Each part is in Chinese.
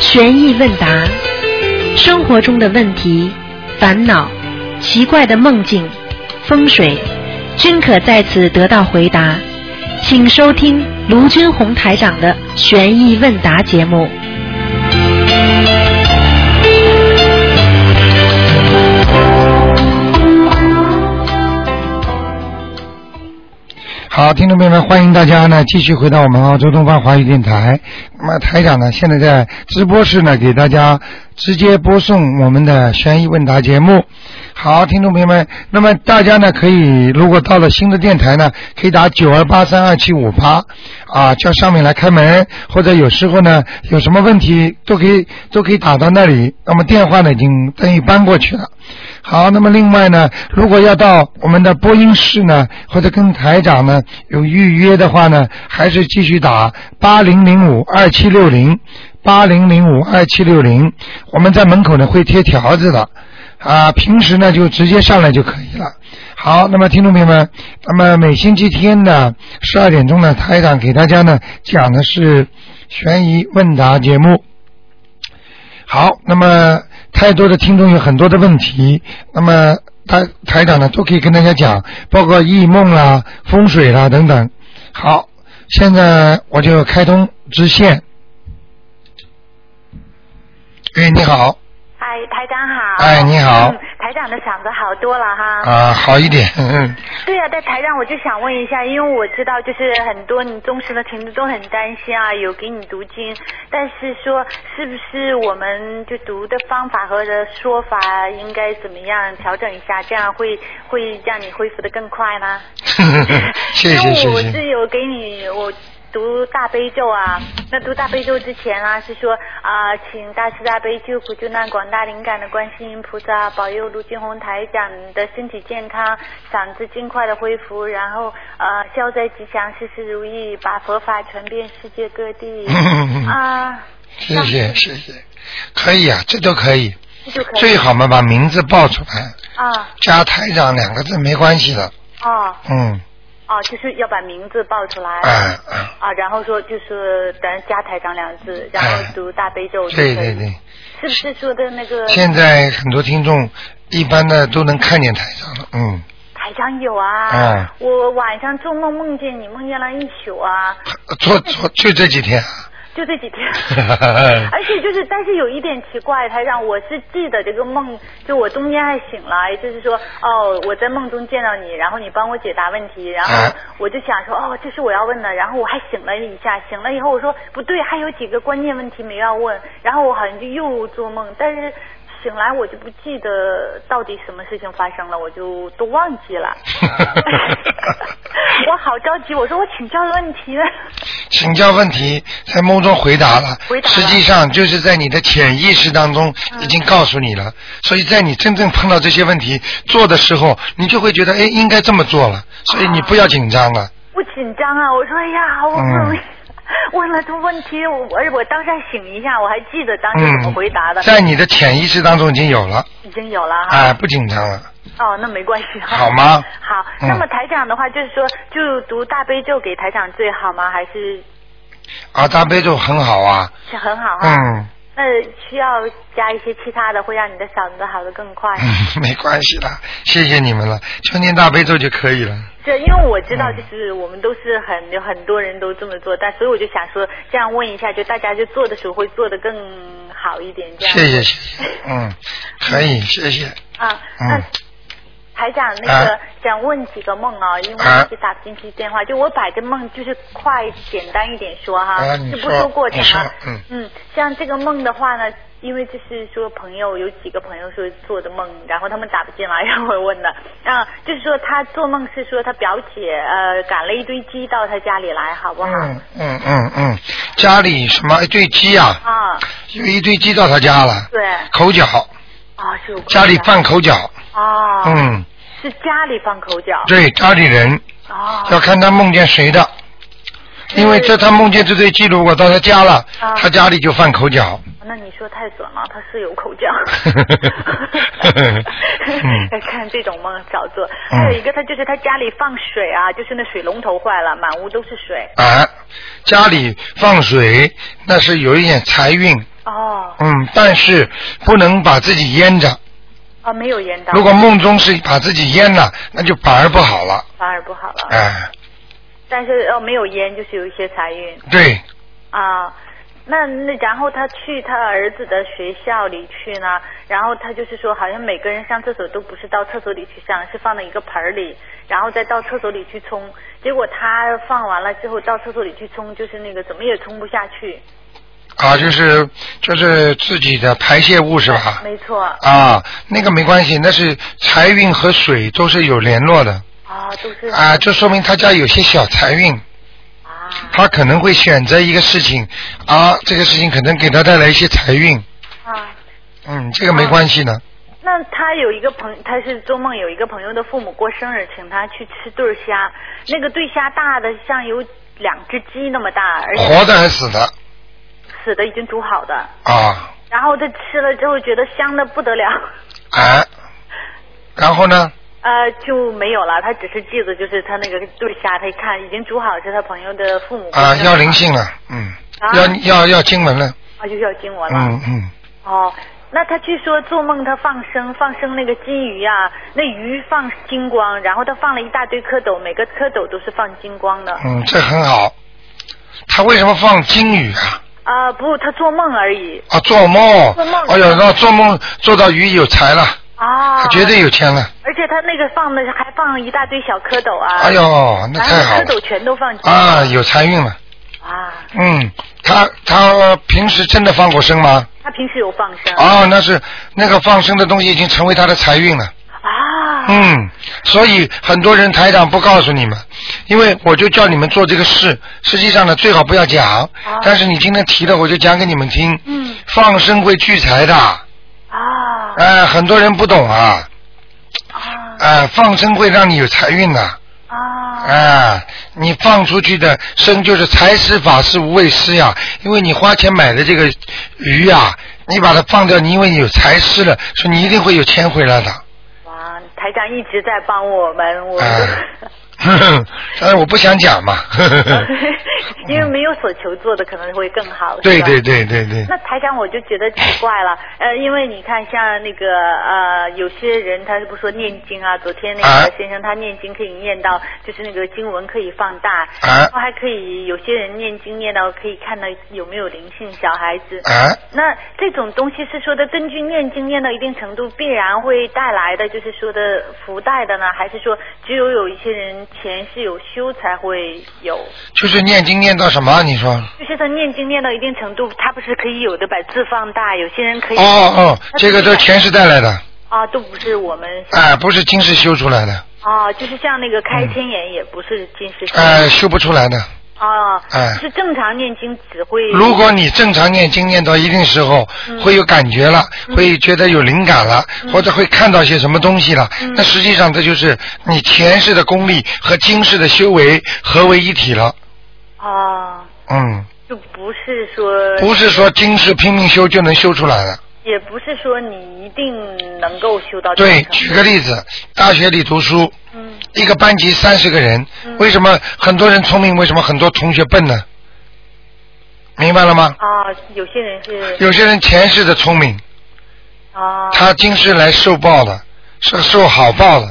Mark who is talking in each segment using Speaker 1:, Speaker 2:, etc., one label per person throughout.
Speaker 1: 悬疑问答，生活中的问题、烦恼、奇怪的梦境、风水，均可在此得到回答。请收听卢军红台长的悬疑问答节目。
Speaker 2: 好，听众朋友们，欢迎大家呢继续回到我们澳洲东方华语电台。那么台长呢，现在在直播室呢，给大家直接播送我们的悬疑问答节目。好，听众朋友们，那么大家呢可以，如果到了新的电台呢，可以打九二八三二七五八啊，叫上面来开门，或者有时候呢有什么问题都可以都可以打到那里。那么电话呢已经等于搬过去了。好，那么另外呢，如果要到我们的播音室呢，或者跟台长呢有预约的话呢，还是继续打八零零五二七六零八零零五二七六零，我们在门口呢会贴条子的。啊，平时呢就直接上来就可以了。好，那么听众朋友们，那么每星期天呢十二点钟呢，台长给大家呢讲的是悬疑问答节目。好，那么太多的听众有很多的问题，那么台台长呢都可以跟大家讲，包括异梦啦、风水啦等等。好，现在我就开通直线。哎，你好，
Speaker 3: 哎，台长好。
Speaker 2: 哎你好
Speaker 3: 嗯台长的嗓子好多了哈。
Speaker 2: 啊，好一点，嗯，
Speaker 3: 对呀、但台长我就想问一下，因为我知道就是很多你忠实的听众都很担心啊，有给你读经，但是说是不是我们就读的方法和的说法应该怎么样调整一下，这样会会让你恢复的更快呢？
Speaker 2: 嗯谢
Speaker 3: 因
Speaker 2: 谢谢
Speaker 3: 为哎我
Speaker 2: 谢。
Speaker 3: 是有给你我读大悲咒啊，那读大悲咒之前啊，是说啊、请大慈大悲救苦救难广大灵感的观世音菩萨保佑卢俊宏台长的身体健康，嗓子尽快的恢复，然后呃消灾吉祥，事事如意，把佛法传遍世界各地
Speaker 2: 嗯
Speaker 3: 啊，
Speaker 2: 谢谢谢谢，可以啊，这都可以。
Speaker 3: 这就可以
Speaker 2: 最好嘛，把名字报出来，
Speaker 3: 啊
Speaker 2: 加台长两个字没关系的。
Speaker 3: 哦
Speaker 2: 嗯，
Speaker 3: 哦，就是要把名字报出来。
Speaker 2: 哎哎，
Speaker 3: 啊，然后说就是咱加台长两个字，然后
Speaker 2: 哎
Speaker 3: 读大悲咒就可
Speaker 2: 对
Speaker 3: 以。
Speaker 2: 对对，
Speaker 3: 是不是说的那个
Speaker 2: 现在很多听众一般的都能看见台长了，嗯，
Speaker 3: 台长有啊？
Speaker 2: 嗯
Speaker 3: 我晚上做梦梦见你，梦见了一宿啊，
Speaker 2: 昨昨就这几天啊，
Speaker 3: 就这几天。 而且就是，但是有一点奇怪，台长，我是记得这个梦，就我中间还醒来，也就是说，哦，我在梦中见到你，然后你帮我解答问题，然后
Speaker 2: 哎
Speaker 3: 我就想说，哦，这是我要问的，然后我还醒了一下，醒了以后我说不对，还有几个关键问题没要问，然后我好像就又做梦，但是醒来我就不记得到底什么事情发生了，我就都忘记了。我好着急，我说我请教问题呢。
Speaker 2: 请教问题在梦中回答了，
Speaker 3: 回答了嗯
Speaker 2: 实际上就是在你的潜意识当中已经告诉你了，所以在你真正碰到这些问题做的时候，你就会觉得哎应该这么做了，所以你不要紧张了，
Speaker 3: 我紧张啊！我说哎呀，
Speaker 2: 嗯
Speaker 3: 好不容易 问了这问题，我我我当时还醒一下，我还记得当时怎么
Speaker 2: 嗯
Speaker 3: 回答的，，
Speaker 2: 在你的潜意识当中已经有了，
Speaker 3: 已经有了哈。
Speaker 2: 哎，不紧张了，
Speaker 3: 哦，那没关系。
Speaker 2: 好吗？
Speaker 3: 好，
Speaker 2: 嗯
Speaker 3: 那么台长的话就是说，就读大悲咒给台长最好吗？还是
Speaker 2: 啊，大悲咒很好啊，
Speaker 3: 是很好哈？
Speaker 2: 嗯，
Speaker 3: 那需要加一些其他的，会让你的嗓子好的更 快。
Speaker 2: 嗯没关系的，谢谢你们了，就念大悲咒就可以了。
Speaker 3: 是因为我知
Speaker 2: 嗯
Speaker 3: 道，就是我们都是很有很多人都这么做，但所以我就想说，这样问一下，就大家就做的时候会做的更好一点，这样。
Speaker 2: 谢谢谢谢，嗯，可以，谢谢，
Speaker 3: 啊，那
Speaker 2: 嗯，
Speaker 3: 台长，那个
Speaker 2: 啊
Speaker 3: 想问几个梦啊，因为
Speaker 2: 啊
Speaker 3: 一直打不进去电话，就我把这梦就是快简单一点说哈，
Speaker 2: 啊你
Speaker 3: 就不
Speaker 2: 说
Speaker 3: 说过程
Speaker 2: 你说
Speaker 3: 啊。
Speaker 2: 嗯
Speaker 3: 像这个梦的话呢，因为就是说朋友有几个朋友说做的梦，然后他们打不进来，然后我问的啊，就是说他做梦是说他表姐呃赶了一堆鸡到他家里来，好不好？
Speaker 2: 嗯嗯嗯嗯，家里什么一对鸡啊，
Speaker 3: 啊，
Speaker 2: 有一堆鸡到他家了，
Speaker 3: 对，
Speaker 2: 口角，
Speaker 3: 啊是有关
Speaker 2: 家里
Speaker 3: 的
Speaker 2: 犯口角，
Speaker 3: 啊，
Speaker 2: 嗯，
Speaker 3: 是家里放口角
Speaker 2: 对，家里人
Speaker 3: 啊，
Speaker 2: 要看他梦见谁的，因为这他梦见这对鸡如果到他家了，
Speaker 3: 啊哦
Speaker 2: 他家里就犯口 角，
Speaker 3: 那你说太准了，他是有口角
Speaker 2: 嗯。
Speaker 3: 看这种梦少做。
Speaker 2: 嗯
Speaker 3: 还有一个，他就是他家里放水啊，就是那水龙头坏了，满屋都是水。
Speaker 2: 啊，家里放水那是有一点财运，
Speaker 3: 哦
Speaker 2: 嗯，但是不能把自己淹着。
Speaker 3: 哦，没有延到，
Speaker 2: 如果梦中是把自己淹了，那就反而不好了。
Speaker 3: 反而不好了。
Speaker 2: 哎、
Speaker 3: 但是哦，没有烟就是有一些财运
Speaker 2: 对，
Speaker 3: 啊。那那然后他去他儿子的学校里去呢，然后他就是说，好像每个人上厕所都不是到厕所里去上，是放到一个盆儿里，然后再到厕所里去冲。结果他放完了之后到厕所里去冲，就是那个怎么也冲不下去。
Speaker 2: 啊，就是就是自己的排泄物是吧？
Speaker 3: 没错。
Speaker 2: 啊，那个没关系，那是财运和水都是有联络的
Speaker 3: 啊，都是啊
Speaker 2: 啊，就说明他家有些小财运。他可能会选择一个事情，啊，这个事情可能给他带来一些财运，
Speaker 3: 啊。
Speaker 2: 嗯，这个
Speaker 3: 哦
Speaker 2: 没关系的，
Speaker 3: 那他有一个朋，他是做梦有一个朋友的父母过生日，请他去吃对虾，那个对虾大的像有两只鸡那么大，而且
Speaker 2: 活的还是死的
Speaker 3: 死的已经煮好的。
Speaker 2: 啊，
Speaker 3: 然后他吃了之后觉得香的不得了，
Speaker 2: 啊，然后呢，
Speaker 3: 呃，就没有了。他只是记得就是他那个对虾，他一看已经煮好，是他朋友的父母
Speaker 2: 啊，要灵性了，嗯，
Speaker 3: 啊
Speaker 2: 要要要经文了，
Speaker 3: 啊，就要经我了。
Speaker 2: 嗯嗯，
Speaker 3: 哦，那他据说做梦他放生，放生那个金鱼啊，那鱼放金光，然后他放了一大堆蝌蚪，每个蝌蚪都是放金光的。
Speaker 2: 嗯，这很好。他为什么放金鱼啊？
Speaker 3: 啊、不，他做梦而已。
Speaker 2: 啊，做梦
Speaker 3: 做梦。
Speaker 2: 哎呦，那做梦做到鱼有财了，
Speaker 3: 啊
Speaker 2: 他。绝对有钱了。
Speaker 3: 而且他那个放的还放一大堆小蝌蚪啊。
Speaker 2: 哎呦，那
Speaker 3: 然后
Speaker 2: 太好
Speaker 3: 蝌
Speaker 2: 了
Speaker 3: 蚪全都放金
Speaker 2: 啊，有财运了。
Speaker 3: 啊，
Speaker 2: 嗯，他他平时真的放过生吗？
Speaker 3: 他平时有放生。
Speaker 2: 哦，那是那个放生的东西已经成为他的财运了。
Speaker 3: 啊。
Speaker 2: 嗯，所以很多人台长不告诉你们，因为我就叫你们做这个事，实际上呢最好不要讲，但是你今天提了，我就讲给你们听。
Speaker 3: 哦嗯。哦
Speaker 2: 放生会聚财的。
Speaker 3: 啊。
Speaker 2: 哎，很多人不懂啊。
Speaker 3: 哦
Speaker 2: 哎，放生会让你有财运的。啊。哎，你放出去的生就是财施法施无畏施呀，因为你花钱买的这个鱼呀，你把它放掉，你因为你有财施了，所以你一定会有钱回来的。
Speaker 3: 哇，台长一直在帮我们，我、
Speaker 2: 哎但是我不想讲嘛。 啊
Speaker 3: 因为没有所求做的可能会更好。
Speaker 2: 对
Speaker 3: 是吧
Speaker 2: 对对对对。
Speaker 3: 那台长，我就觉得奇怪了，呃，因为你看，像那个呃，有些人他是不说念经啊，昨天那
Speaker 2: 啊
Speaker 3: 个先生他念经可以念到，就是那个经文可以放大，
Speaker 2: 啊
Speaker 3: 然后还可以有些人念经念到可以看到有没有灵性小孩子。
Speaker 2: 啊
Speaker 3: 那这种东西是说的，根据念经念到一定程度，必然会带来的，就是说的福袋的呢，还是说只有有一些人前世有修才会有？
Speaker 2: 就是念经念到什么？啊你说？
Speaker 3: 就是他念经念到一定程度，他不是可以有的把字放大，有些人可以
Speaker 2: 哦哦，这个都前世带来的，
Speaker 3: 啊，都不是我们
Speaker 2: 哎，不是今世修出来的，
Speaker 3: 啊，就是像那个开天眼也不是近视眼
Speaker 2: 哎，修不出来的。
Speaker 3: 啊，
Speaker 2: 哎
Speaker 3: 是正常念经只会
Speaker 2: 如果你正常念经念到一定时候，
Speaker 3: 嗯
Speaker 2: 会有感觉了，
Speaker 3: 嗯
Speaker 2: 会觉得有灵感了，
Speaker 3: 嗯
Speaker 2: 或者会看到些什么东西了，
Speaker 3: 嗯
Speaker 2: 那实际上这就是你前世的功力和今世的修为合为一体了。
Speaker 3: 啊，
Speaker 2: 嗯，
Speaker 3: 就不是说
Speaker 2: 不是说今世拼命修就能修出来的。
Speaker 3: 也不是说你一定能够修到这
Speaker 2: 对，
Speaker 3: 种程
Speaker 2: 举
Speaker 3: 度
Speaker 2: 个例子，大学里读书，
Speaker 3: 嗯
Speaker 2: 一个班级三十个人，
Speaker 3: 嗯
Speaker 2: 为什么很多人聪明，为什么很多同学笨呢？明白了吗？
Speaker 3: 啊，有些人是
Speaker 2: 有些人前世的聪明，
Speaker 3: 啊
Speaker 2: 他今世来受报的，是受好报的，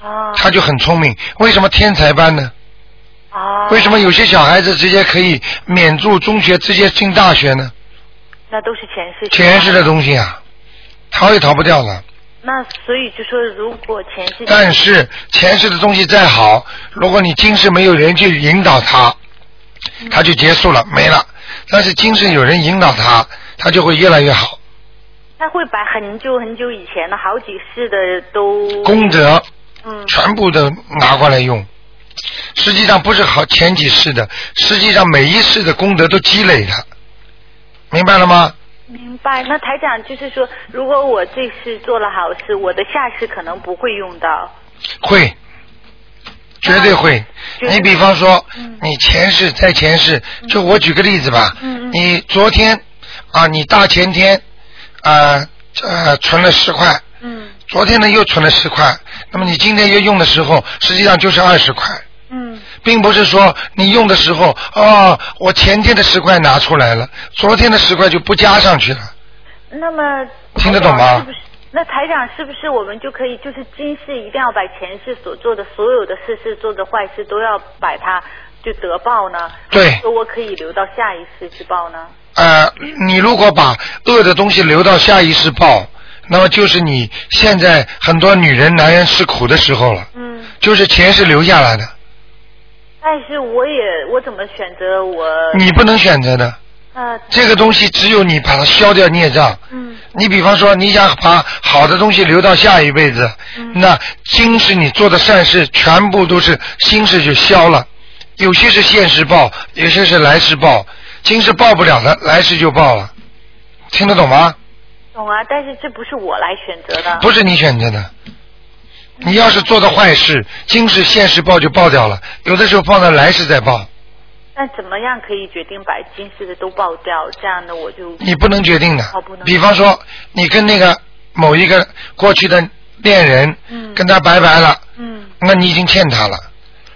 Speaker 3: 啊
Speaker 2: 他就很聪明。为什么天才班呢？
Speaker 3: 啊，
Speaker 2: 为什么有些小孩子直接可以免住中学，直接进大学呢？
Speaker 3: 那都是前世
Speaker 2: 前世的
Speaker 3: 西。
Speaker 2: 东西啊，逃也逃不掉了。
Speaker 3: 那所以就说，如果前世
Speaker 2: 但是前世的东西再好，如果你今世没有人去引导他，他就结束了，没了。但是今世有人引导他，他就会越来越好。
Speaker 3: 他会把很久很久以前的好几世的都
Speaker 2: 功德
Speaker 3: 嗯
Speaker 2: 全部都拿过来用，实际上不是好前几世的，实际上每一世的功德都积累的，明白了吗？
Speaker 3: 明白。那台长就是说，如果我这世做了好事，我的下世可能不会用到。
Speaker 2: 会，绝对会。
Speaker 3: 就是
Speaker 2: 你比方说
Speaker 3: 嗯，
Speaker 2: 你前世在前世，就我举个例子吧
Speaker 3: 嗯嗯，
Speaker 2: 你昨天啊，你大前天啊呃存了十块，
Speaker 3: 嗯
Speaker 2: 昨天呢又存了十块，那么你今天又用的时候，实际上就是二十块。
Speaker 3: 嗯
Speaker 2: 并不是说你用的时候，哦，我前天的十块拿出来了，昨天的十块就不加上去了。
Speaker 3: 那么
Speaker 2: 听得懂吗
Speaker 3: 台长是不是？那台长是不是我们就可以就是今世一定要把前世所做的所有的事事做的坏事都要把它就得报呢？
Speaker 2: 对
Speaker 3: 还是说我可以留到下一世去报呢？
Speaker 2: 呃，你如果把恶的东西留到下一世报，那么就是你现在很多女人、男人吃苦的时候了，
Speaker 3: 嗯，
Speaker 2: 就是钱是留下来的，
Speaker 3: 但是我也我怎么选择我？
Speaker 2: 你不能选择的。
Speaker 3: 呃
Speaker 2: 这个东西只有你把它消掉孽障。
Speaker 3: 嗯
Speaker 2: 你比方说，你想把好的东西留到下一辈子，
Speaker 3: 嗯
Speaker 2: 那今世你做的善事全部都是心事就消了，有些是现世报，有些是来世报，今世报不了的，来世就报了，听得懂吗？
Speaker 3: 懂啊，但是这不是我来选择的。
Speaker 2: 不是你选择的。你要是做的坏事，今世现世报就报掉了，有的时候放到来世再报，
Speaker 3: 那怎么样可以决定把今世的都报掉？这样的我就
Speaker 2: 你不能决定的
Speaker 3: 哦不。能
Speaker 2: 比方说，你跟那个某一个过去的恋人，
Speaker 3: 嗯
Speaker 2: 跟他拜拜了，
Speaker 3: 嗯
Speaker 2: 那你已经欠他了。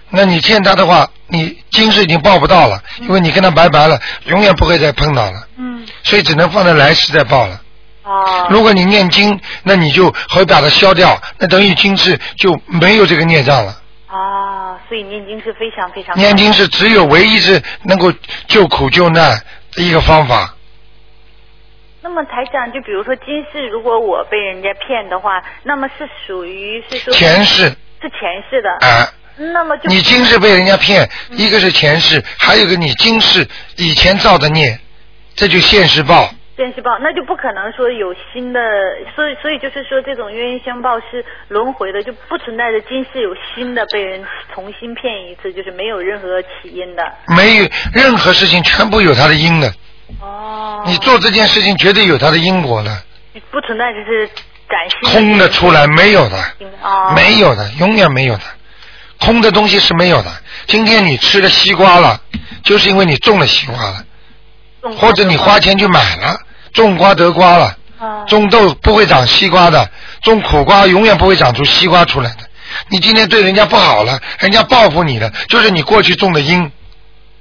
Speaker 2: 那你欠他的话，你今世已经报不到了，因为你跟他拜拜了，永远不会再碰到了，
Speaker 3: 嗯
Speaker 2: 所以只能放在来世再报了。
Speaker 3: 哦
Speaker 2: 如果你念经，那你就会把它消掉，那等于今世就没有这个孽障了。
Speaker 3: 哦，所以念经是非常非常
Speaker 2: 念经是只有唯一是能够救苦救难的一个方法。
Speaker 3: 那么台长，就比如说今世如果我被人家骗的话，那么是属于是说
Speaker 2: 前世
Speaker 3: 是前世的，
Speaker 2: 啊、
Speaker 3: 那么就嗯
Speaker 2: 你今世被人家骗，一个是前世，还有一个你今世以前造的孽，这就现世报。
Speaker 3: 冤冤报，那就不可能说有新的，所以所以就是说这种冤冤相报是轮回的，就不存在着今世有新的被人重新骗一次，就是没有任何起因的。
Speaker 2: 没有任何事情全部有它的因的，
Speaker 3: 哦，
Speaker 2: 你做这件事情绝对有它的因果的，
Speaker 3: 不存在就是崭新
Speaker 2: 空的出来没有的，
Speaker 3: 哦，
Speaker 2: 没有的，永远没有的，空的东西是没有的。今天你吃了西瓜了，就是因为你种了西瓜了，
Speaker 3: 种
Speaker 2: 或者你花钱去买了，种瓜得瓜了。
Speaker 3: 啊
Speaker 2: 种豆不会长西瓜的，种苦瓜永远不会长出西瓜出来的。你今天对人家不好了，人家报复你了，就是你过去种的因。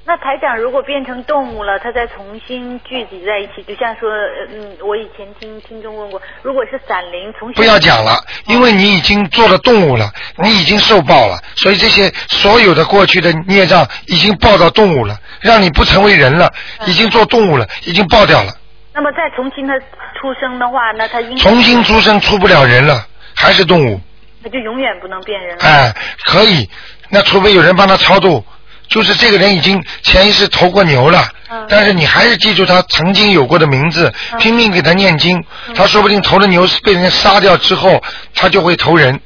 Speaker 3: 那台长如果变成动物了，它再重新聚集在一起，就像说，呃嗯，我以前听听众问过，如果是闪灵从小
Speaker 2: 不要讲了，因为你已经做了动物了，你已经受报了，所以这些所有的过去的孽障已经报到动物了，让你不成为人了，
Speaker 3: 嗯
Speaker 2: 已经做动物了，已经报掉了，
Speaker 3: 那么再重新它出生的话，那它应
Speaker 2: 重新出生出不了人了，还是动物。
Speaker 3: 它就永远不能变人了。
Speaker 2: 哎，可以，那除非有人帮他超度，就是这个人已经前一世投过牛了，
Speaker 3: 嗯
Speaker 2: 但是你还是记住他曾经有过的名字，
Speaker 3: 嗯
Speaker 2: 拼命给他念经，他说不定投了牛是被人家杀掉之后，他就会投人。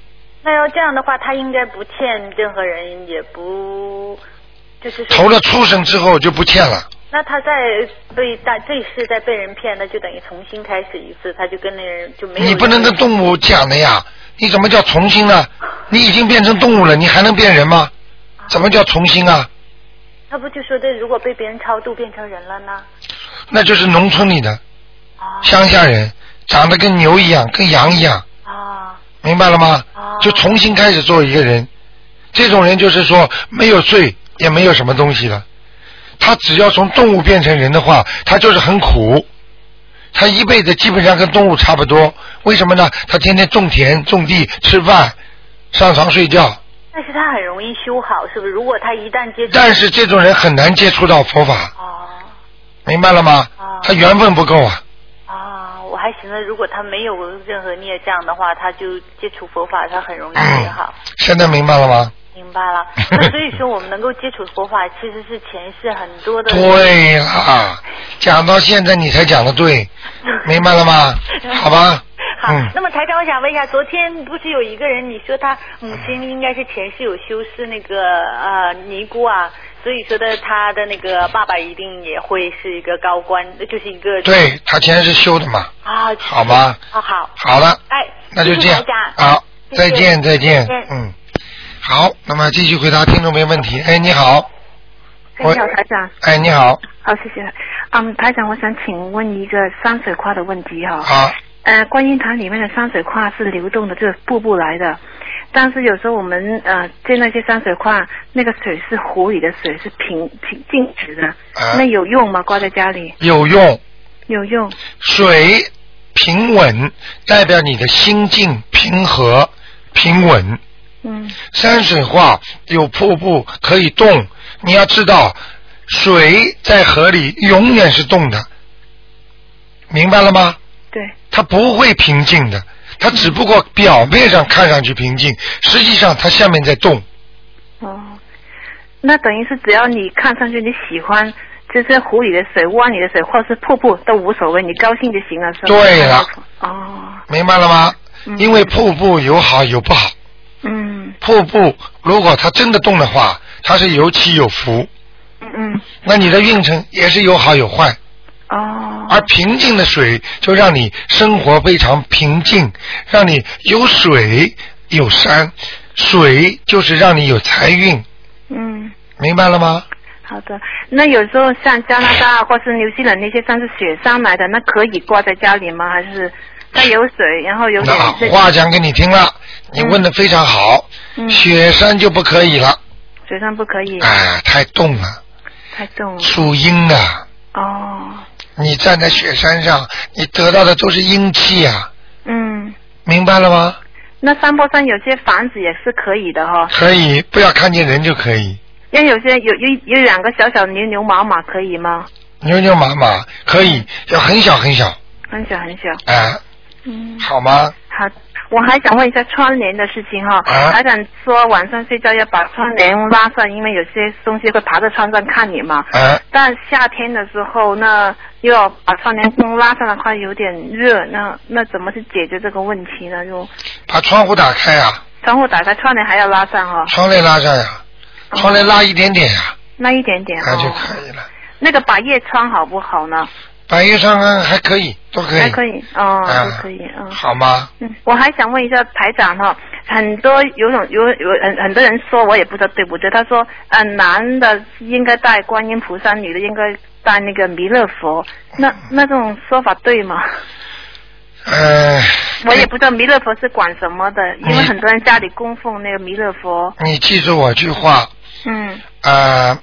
Speaker 3: 那要这样的话，它应该不欠任何人，也不就是说
Speaker 2: 投了畜生之后就不欠了，
Speaker 3: 那它再被大这一世再被人骗，那就等于重新开始一次，它就跟那人就没有。
Speaker 2: 你不能跟动物讲的呀，你怎么叫重新呢？你已经变成动物了，你还能变人吗？怎么叫重新啊？
Speaker 3: 他不就说这如果被别人超度变成人了呢？
Speaker 2: 那就是农村里的
Speaker 3: 啊
Speaker 2: 乡下人，长得跟牛一样，跟羊一样，
Speaker 3: 啊
Speaker 2: 明白了吗？
Speaker 3: 啊！
Speaker 2: 就重新开始做一个人。这种人就是说没有罪，也没有什么东西了。他只要从动物变成人的话，他就是很苦。他一辈子基本上跟动物差不多，为什么呢？他天天种田、种地、吃饭、上床睡觉。
Speaker 3: 但是他很容易修好，是不是？如果他一旦接触，
Speaker 2: 但是这种人很难接触到佛法，
Speaker 3: 哦
Speaker 2: 明白了吗
Speaker 3: 啊？
Speaker 2: 他缘分不够啊。
Speaker 3: 啊，我还寻思，如果他没有任何孽障的话，他就接触佛法，他很容易
Speaker 2: 哎
Speaker 3: 学好。
Speaker 2: 现在明白了吗？
Speaker 3: 明 白了，那所以说我们能够接触佛法，其实是前世很多的。
Speaker 2: 对啦，讲到现在你才讲的 对，明白了吗？好吧。
Speaker 3: 嗯好
Speaker 2: 嗯，
Speaker 3: 那么台长，我想问一下，昨天不是有一个人，你说他母亲应该是前世有修是那个呃尼姑啊，所以说的他的那个爸爸一定也会是一个高官，就是一个
Speaker 2: 对他前世修的嘛，
Speaker 3: 啊，
Speaker 2: 好吧？
Speaker 3: 啊好，
Speaker 2: 好了，
Speaker 3: 哎，
Speaker 2: 那就这
Speaker 3: 谢谢
Speaker 2: 样啊
Speaker 3: 台长，
Speaker 2: 好，
Speaker 3: 谢
Speaker 2: 再
Speaker 3: 谢
Speaker 2: 见，再见
Speaker 3: 再见，
Speaker 2: 嗯，好，那么继续回答听众朋友问题。哎，你好，
Speaker 4: 哎，你好，台长。
Speaker 2: 哎，你好，
Speaker 4: 好，谢谢。嗯，台长，我想请问一个山水画的问题哈、
Speaker 2: 好，
Speaker 4: 呃，观音堂里面的山水画是流动的，就是瀑布来的。但是有时候我们呃建那些山水画，那个水是湖里的水，是平平静止的，
Speaker 2: 啊
Speaker 4: 那有用吗？挂在家里
Speaker 2: 有用。
Speaker 4: 有用？
Speaker 2: 水平稳代表你的心境平和平稳。
Speaker 4: 嗯
Speaker 2: 山水画有瀑布可以动，你要知道，水在河里永远是动的，明白了吗？
Speaker 4: 对，
Speaker 2: 它不会平静的，它只不过表面上看上去平静，实际上它下面在动。
Speaker 4: 哦，那等于是只要你看上去你喜欢，就是湖里的水、湾里的水或是瀑布都无所谓，你高兴就行了，是吧？
Speaker 2: 对了。
Speaker 4: 哦，
Speaker 2: 明白了吗？
Speaker 4: 嗯
Speaker 2: 因为瀑布有好有不好，
Speaker 4: 嗯
Speaker 2: 瀑布如果它真的动的话，它是有起有伏，
Speaker 4: 嗯嗯，
Speaker 2: 那你的运程也是有好有坏。
Speaker 4: 哦，
Speaker 2: 而平静的水就让你生活非常平静，让你有水有山，水就是让你有财运，
Speaker 4: 嗯。
Speaker 2: 明白了吗？
Speaker 4: 好的，那有时候像加拿大或是纽西兰那些山是雪山来的，那可以挂在家里吗？还是它有水，然后有点
Speaker 2: 那哎
Speaker 4: 这
Speaker 2: 话讲给你听了，你问的非常好，
Speaker 4: 嗯，
Speaker 2: 雪山就不可以了，
Speaker 4: 雪山不可以，
Speaker 2: 哎，太冻了，
Speaker 4: 太重了。
Speaker 2: 属阴的。
Speaker 4: 哦，
Speaker 2: 你站在雪山上，你得到的都是阴气啊，
Speaker 4: 嗯，
Speaker 2: 明白了吗？
Speaker 4: 那山坡上有些房子也是可以的哈、哦，
Speaker 2: 可以，不要看见人就可以。
Speaker 4: 因为有些有有有两个小小牛牛马马可以吗？
Speaker 2: 扭扭麻麻可以，
Speaker 4: 嗯
Speaker 2: 要很小很小，
Speaker 4: 很小很小。
Speaker 2: 哎、
Speaker 4: 嗯，
Speaker 2: 好吗？
Speaker 4: 好。我还想问一下窗帘的事情哈、
Speaker 2: 啊
Speaker 4: 还想说晚上睡觉要把窗帘拉上，因为有些东西会爬到窗上看你嘛。
Speaker 2: 哎、
Speaker 4: 但夏天的时候呢，又要把窗帘风拉上的话，有点热，那那怎么去解决这个问题呢？就
Speaker 2: 把窗户打开啊，
Speaker 4: 窗户打开，窗帘还要拉上哦，
Speaker 2: 窗帘拉上呀、
Speaker 4: 哦
Speaker 2: 窗帘拉一点点呀、
Speaker 4: 那一点点
Speaker 2: 那、啊就
Speaker 4: 哦。
Speaker 2: 可以了。
Speaker 4: 那个百叶窗好不好呢？
Speaker 2: 百叶窗啊还可以，都可以，
Speaker 4: 还可以哦，
Speaker 2: 啊
Speaker 4: 都可以嗯。
Speaker 2: 好吗？
Speaker 4: 嗯，我还想问一下台长哈、很多有种有有很很多人说，我也不知道对不对。他说，呃，男的应该带观音菩萨，女的应该带那个弥勒佛。那那这种说法对吗？
Speaker 2: 呃，
Speaker 4: 我也不知道弥勒佛是管什么的，因为
Speaker 2: 嗯
Speaker 4: 很多人家里供奉那个弥勒佛。
Speaker 2: 你记住我句话，
Speaker 4: 嗯
Speaker 2: 呃，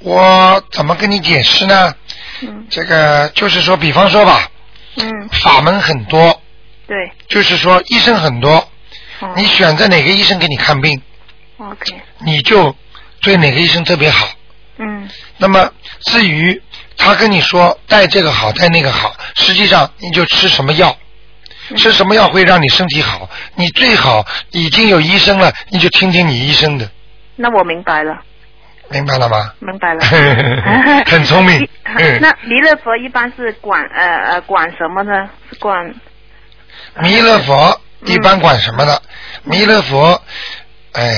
Speaker 2: 我怎么跟你解释呢？
Speaker 4: 嗯
Speaker 2: 这个就是说，比方说吧，
Speaker 4: 嗯，
Speaker 2: 法门很多，
Speaker 4: 对。
Speaker 2: 就是说医生很多，
Speaker 4: 哦
Speaker 2: 你选择哪个医生给你看病，
Speaker 4: OK，
Speaker 2: 你就对哪个医生特别好。
Speaker 4: 嗯
Speaker 2: 那么至于他跟你说带这个好，带那个好，实际上你就吃什么药，
Speaker 4: 嗯
Speaker 2: 吃什么药会让你身体好。你最好已经有医生了，你就听听你医生的，
Speaker 4: 那我明白了，
Speaker 2: 明白了吗？。
Speaker 4: 明白了
Speaker 2: 很聪 明嗯
Speaker 4: 那弥勒佛一般是管呃呃管什么呢？是管
Speaker 2: 弥勒佛
Speaker 4: 嗯
Speaker 2: 一般管什么的？弥勒佛，哎，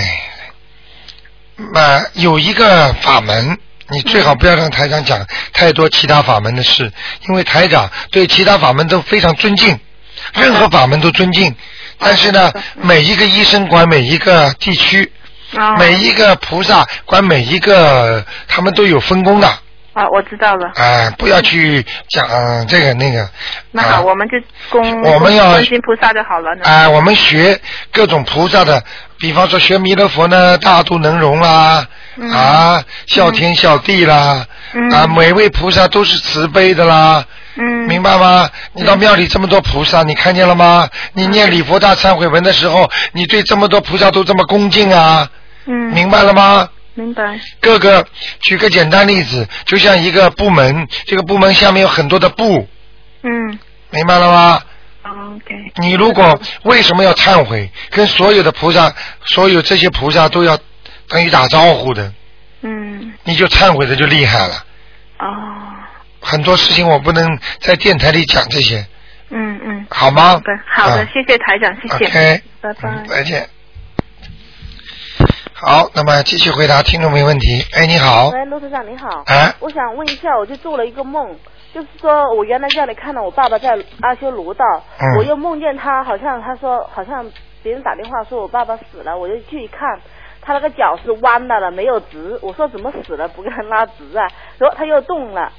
Speaker 2: 那有一个法门，你最好不要让台长讲太多其他法门的事，因为台长对其他法门都非常尊敬，
Speaker 4: 嗯
Speaker 2: 任何法门都尊敬。但是呢，每一个医生管每一个地区，
Speaker 4: 啊
Speaker 2: 每一个菩萨管每一个，他们都有分工的。
Speaker 4: 啊，我知道了。
Speaker 2: 哎，不要去讲呃这个那个。
Speaker 4: 那
Speaker 2: 啊
Speaker 4: 好，我们就供
Speaker 2: 我们要
Speaker 4: 观世音菩萨就好了呢。
Speaker 2: 啊、我们学各种菩萨的，比方说学弥勒佛呢，大度能容啦，
Speaker 4: 嗯
Speaker 2: 啊，孝天孝地啦，
Speaker 4: 嗯
Speaker 2: 啊，每位菩萨都是慈悲的啦，
Speaker 4: 嗯，
Speaker 2: 明白吗？你到庙里这么多菩萨，你看见了吗？你念礼佛大忏悔文的时候，你对这么多菩萨都这么恭敬啊，
Speaker 4: 嗯，
Speaker 2: 明白了吗？
Speaker 4: 明白。
Speaker 2: 各个，举个简单例子，就像一个部门，这个部门下面有很多的部，
Speaker 4: 嗯
Speaker 2: 明白了吗？
Speaker 5: 哦
Speaker 4: ，OK，
Speaker 2: 你如果为什么要忏悔，跟所有的菩萨，所有这些菩萨都要等于打招呼的，
Speaker 4: 嗯，
Speaker 2: 你就忏悔的就厉害了。
Speaker 4: 哦，
Speaker 2: 很多事情我不能在电台里讲这些，
Speaker 4: 嗯嗯，
Speaker 2: 好吗
Speaker 4: 好的？好的，
Speaker 2: 啊
Speaker 4: 谢谢台长，谢谢
Speaker 2: OK，
Speaker 4: 拜拜
Speaker 2: 嗯。再见。好，那么继续回答听众没问题。哎，你好，
Speaker 5: 喂，罗队长你好。
Speaker 2: 哎，
Speaker 5: 我想问一下，我就做了一个梦，就是说我原来家里看到我爸爸在阿修罗道，
Speaker 2: 嗯
Speaker 5: 我又梦见他，好像他说好像别人打电话说我爸爸死了，我就去一看，他那个脚是弯的了，没有直。我说怎么死了不给他拉直啊？然后他又动了，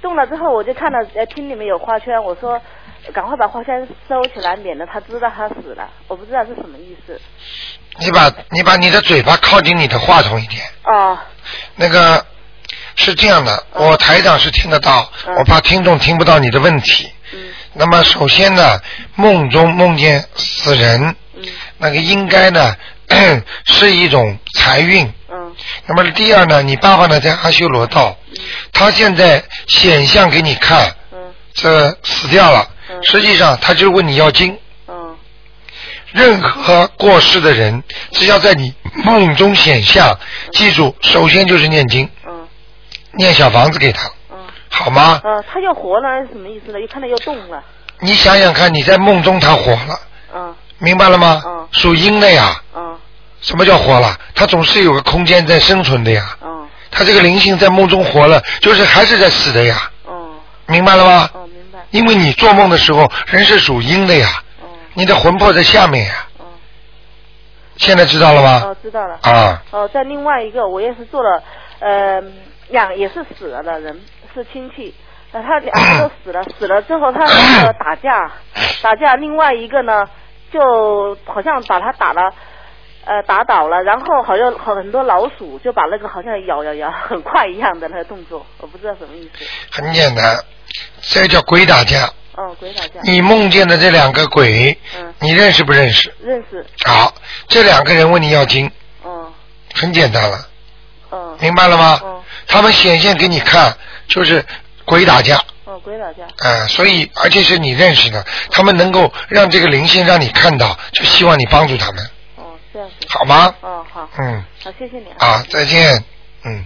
Speaker 5: 中了之后我就看到呃厅里面有花圈，我说赶快把花圈收起来，免得他知道他死了。我不知道是什么意思。
Speaker 2: 你把你把你的嘴巴靠近你的话筒一点。
Speaker 5: 哦，
Speaker 2: 那个是这样的，
Speaker 5: 嗯
Speaker 2: 我台长是听得到，
Speaker 5: 嗯
Speaker 2: 我怕听众听不到你的问题。
Speaker 5: 嗯
Speaker 2: 那么首先呢，梦中梦见死人，
Speaker 5: 嗯
Speaker 2: 那个应该呢 是一种财运。
Speaker 5: 嗯
Speaker 2: 那么第二呢，你爸爸呢在阿修罗道，他现在显象给你看，
Speaker 5: 嗯
Speaker 2: 这死掉了，
Speaker 5: 嗯
Speaker 2: 实际上他就是问你要经。
Speaker 5: 嗯
Speaker 2: 任何过世的人，只要在你梦中显象，记住，首先就是念经，
Speaker 5: 嗯
Speaker 2: 念小房子给他，
Speaker 5: 嗯，
Speaker 2: 好吗？
Speaker 5: 呃，他又活了是什么意思呢？又看到又动了。
Speaker 2: 你想想看，你在梦中他火了，
Speaker 5: 嗯
Speaker 2: 明白了吗？
Speaker 5: 嗯
Speaker 2: 属阴的呀，
Speaker 5: 嗯
Speaker 2: 什么叫火了？他总是有个空间在生存的呀，
Speaker 5: 嗯
Speaker 2: 他这个灵性在梦中活了，就是还是在死的呀，
Speaker 5: 嗯
Speaker 2: 明白了吗？
Speaker 5: 嗯，明白。
Speaker 2: 因为你做梦的时候，人是属阴的呀，
Speaker 5: 嗯
Speaker 2: 你的魂魄在下面呀，
Speaker 5: 嗯，
Speaker 2: 现在知道了吗？
Speaker 5: 哦，知道了。
Speaker 2: 啊，
Speaker 5: 哦，在另外一个我也是做了，呃，两也是死了的人，是亲戚，呃，他两个都 死了，死了之后他两个打架，打架，另外一个呢就好像把他打了。呃，打倒了，然后好像很很多老鼠就把那个好像咬咬咬很快一样的那个动作，我不知道什么意思。
Speaker 2: 很简单，这个叫鬼打架。
Speaker 5: 哦，鬼打架，
Speaker 2: 你梦见的这两个鬼，
Speaker 5: 嗯，
Speaker 2: 你认识不认识？
Speaker 5: 认识，
Speaker 2: 好，这两个人问你要经，
Speaker 5: 嗯
Speaker 2: 很简单了，
Speaker 5: 嗯
Speaker 2: 明白了吗？
Speaker 5: 嗯
Speaker 2: 他们显现给你看，就是鬼打架，
Speaker 5: 嗯，鬼打架，
Speaker 2: 啊、所以而且是你认识的，他们能够让这个灵性让你看到，就希望你帮助他们，
Speaker 5: 哦，这样子，
Speaker 2: 好吗？
Speaker 5: 哦，好，
Speaker 2: 嗯，
Speaker 5: 好，谢谢你啊。
Speaker 2: 啊，再见，嗯，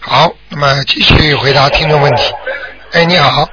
Speaker 2: 好，那么继续回答听众问题。哎，你好，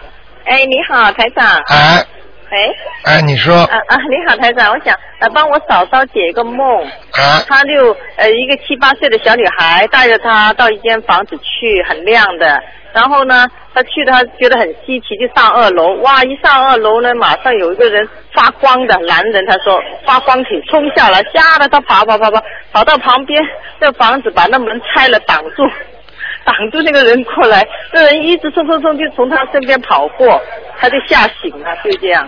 Speaker 6: 哎，你好，台长。
Speaker 2: 哎
Speaker 6: 哎，
Speaker 2: 哎，你说，
Speaker 6: 啊啊，你好，台长，我想呃帮我嫂嫂解一个梦。
Speaker 2: 哎
Speaker 6: 她就呃一个七八岁的小女孩，带着她到一间房子去，很亮的。然后呢，她去的她觉得很稀奇，就上二楼。哇，一上二楼呢，马上有一个人发光的男人，她说发光体冲下来，吓得她爬爬爬爬，跑到旁边那房子，把那门拆了挡住。 挡住那个人过来，那人一直冲冲冲就从她身边跑过，她就吓醒了，就这样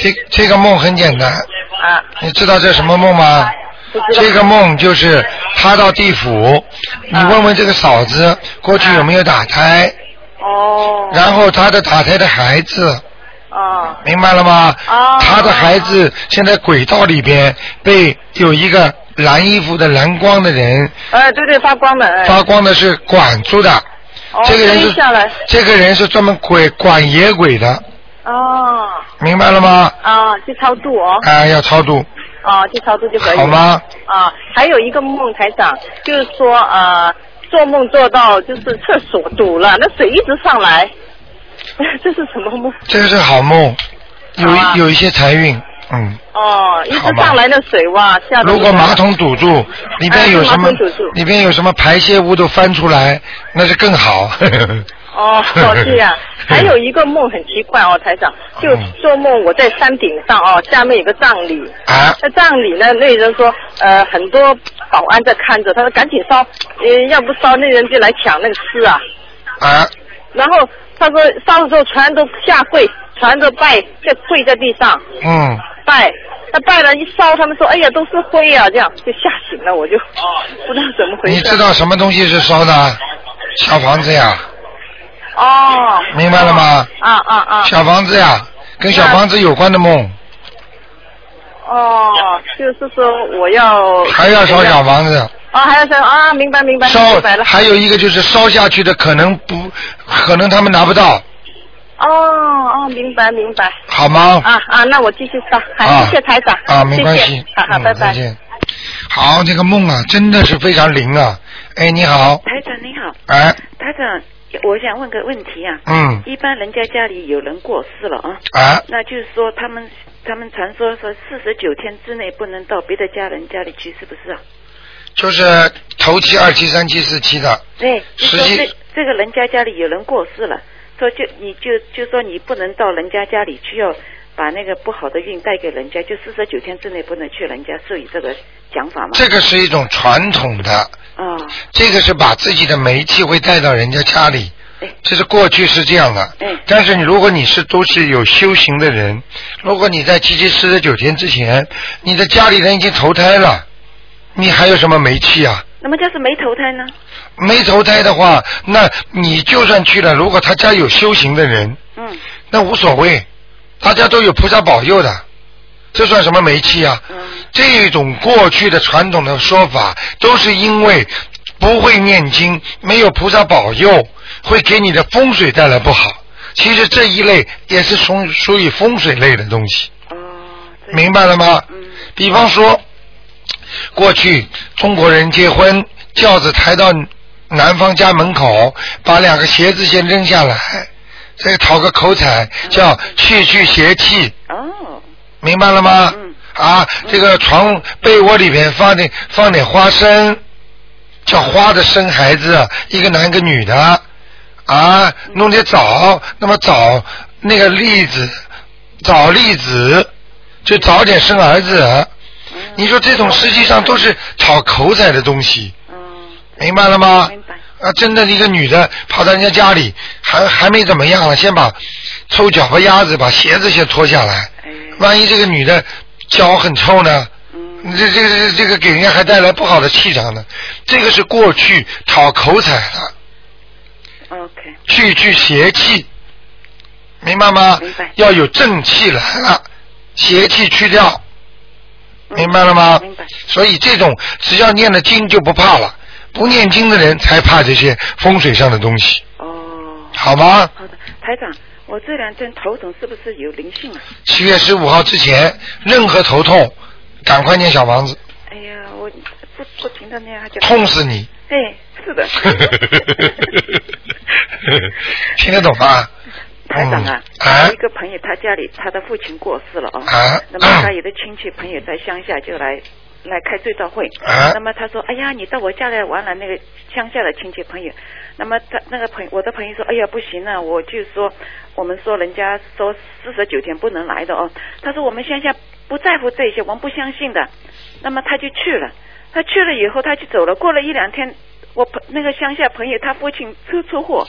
Speaker 2: 这这个梦很简单，
Speaker 6: 啊，
Speaker 2: 你知道这什么梦吗？
Speaker 6: 不知道啊
Speaker 2: 这个梦就是他到地府，你问问这个嫂子过去有没有打胎，
Speaker 6: 哦
Speaker 2: 然后他的打胎的孩子，
Speaker 6: 哦
Speaker 2: 明白了吗？
Speaker 6: 哦
Speaker 2: 他的孩子现在轨道里边被有一个蓝衣服的蓝光的人
Speaker 6: 哎，对对，发光的，哎，
Speaker 2: 发光的是管住的，
Speaker 6: 哦
Speaker 2: 这个人
Speaker 6: 飞
Speaker 2: 是
Speaker 6: 下来，
Speaker 2: 这个人是专门鬼管野鬼的，
Speaker 6: 哦，
Speaker 2: 明白了吗？
Speaker 6: 啊，去超度哦，
Speaker 2: 啊，要超度，
Speaker 6: 啊，去超度就可以，
Speaker 2: 好？吗？
Speaker 6: 啊，还有一个梦，台长，就是说呃，做梦做到就是厕所堵了，那水一直上来， 这是什么梦？
Speaker 2: 这个是好梦，有
Speaker 6: 好啊
Speaker 2: 一有一些财运，嗯。
Speaker 6: 哦，一
Speaker 2: 好
Speaker 6: 直
Speaker 2: 吧
Speaker 6: 上来那水哇，吓得我
Speaker 2: 如果马桶堵住，里边有什么
Speaker 6: 哎马桶堵住，
Speaker 2: 里边有什么排泄物都翻出来，那是更好。
Speaker 6: 哦，这样。还有一个梦很奇怪哦，台长，就
Speaker 2: 嗯
Speaker 6: 做梦我在山顶上哦，下面有个葬礼，
Speaker 2: 啊，
Speaker 6: 在葬礼呢，那人说，呃，很多保安在看着，他说赶紧烧，呃，要不烧那人就来抢那个尸啊。
Speaker 2: 啊，
Speaker 6: 然后他说烧了之后，全都下跪，全都拜，就跪在地上
Speaker 2: 嗯，
Speaker 6: 拜。他拜了一烧，他们说，哎呀，都是灰啊，这样就吓醒了，我就不知道怎么回
Speaker 2: 哦你
Speaker 6: 事。啊
Speaker 2: 知道什么东西是烧的？小房子呀，
Speaker 6: 哦，
Speaker 2: 明白了吗？
Speaker 6: 啊啊啊！
Speaker 2: 小房子呀，跟小房子有关的梦，
Speaker 6: 哦，就是说我要
Speaker 2: 还要烧小房子，
Speaker 6: 啊，还要烧啊，明白明白，
Speaker 2: 烧
Speaker 6: 明白了。
Speaker 2: 还有一个就是烧下去的可能不，可能他们拿不到，
Speaker 6: 哦哦，明白明白。
Speaker 2: 好吗？
Speaker 6: 啊啊，那我继续烧，好，
Speaker 2: 啊
Speaker 6: 谢谢台长，
Speaker 2: 啊，没关系
Speaker 6: 谢谢，好好，
Speaker 2: 嗯
Speaker 6: 拜
Speaker 2: 再
Speaker 6: 拜。
Speaker 2: 见。好，这个梦啊，真的是非常灵啊！哎，你好，
Speaker 7: 台长你好，
Speaker 2: 哎，
Speaker 7: 台长，我想问个问题啊。
Speaker 2: 嗯，
Speaker 7: 一般人家家里有人过世了啊，
Speaker 2: 哎，
Speaker 7: 那就是说他们他们传说说四十九天之内不能到别的家人家里去，是不是啊？
Speaker 2: 就是头七、二七、三七、四七的，
Speaker 7: 对，就
Speaker 2: 实
Speaker 7: 说
Speaker 2: 际
Speaker 7: 这这个人家家里有人过世了，说就你就就说你不能到人家家里去，要把那个不好的运带给人家，就四十九天之内不能去人家，是以这个讲法吗？
Speaker 2: 这个是一种传统的，
Speaker 7: 啊、
Speaker 2: 这个是把自己的霉气会带到人家家里，
Speaker 7: 哎
Speaker 2: 这是过去是这样的。但是你如果你是都是有修行的人，如果你在七七四十九天之前，你的家里人已经投胎了，你还有什么煤气啊？
Speaker 7: 那么就是没投胎呢？
Speaker 2: 没投胎的话，那你就算去了，如果他家有修行的人，
Speaker 7: 嗯，
Speaker 2: 那无所谓，大家都有菩萨保佑的，这算什么煤气啊？这种过去的传统的说法，都是因为不会念经，没有菩萨保佑，会给你的风水带来不好。其实这一类也是属属于风水类的东西。明白了吗？比方说，过去中国人结婚，轿子抬到男方家门口，把两个鞋子先扔下来，再讨个口彩，叫去去邪气。
Speaker 7: 哦。
Speaker 2: 明白了吗？啊，这个床被窝里面放点放点花生，叫花的生孩子，一个男一个女的，啊，弄点枣，那么枣那个栗子，枣栗子，就早点生儿子。你说这种实际上都是讨口彩的东西，
Speaker 7: 嗯
Speaker 2: 明白了吗？啊，真的一个女的跑到人家家里，还还没怎么样了，先把臭脚和鸭子把鞋子先脱下来，
Speaker 7: 哎
Speaker 2: 万一这个女的脚很臭呢？
Speaker 7: 嗯
Speaker 2: 这这这这个给人家还带来不好的气场呢，这个是过去讨口彩的。
Speaker 7: OK。
Speaker 2: 去去邪气，明白吗？
Speaker 7: 明白
Speaker 2: 要有正气来了，邪气去掉，嗯明白了吗？明白。所以这种只要念了经就不怕了，不念经的人才怕这些风水上的东西。哦。好吗？
Speaker 7: 台长，我这两天头疼是不是有灵性啊？
Speaker 2: 七月十五号之前，任何头痛，赶快念小房子，
Speaker 7: 哎呀，我不不停的那样就
Speaker 2: 痛死 你！啊
Speaker 7: 哎，是的，
Speaker 2: 听得懂吗？
Speaker 7: 台长啊，
Speaker 2: 啊
Speaker 7: 我一个朋友他家里他的父亲过世了啊、
Speaker 2: 啊
Speaker 7: 那么他有的亲戚朋友在乡下就来来开追悼会、
Speaker 2: 啊
Speaker 7: 那么他说，哎呀，你到我家来玩了，那个乡下的亲戚朋友，那么他那个朋我的朋友说，哎呀，不行啊，我就说我们说人家说四十九天不能来的哦，他说我们乡下不在乎这些，我们不相信的，那么他就去了，他去了以后他就走了，过了一两天，我朋那个乡下朋友他父亲出车祸。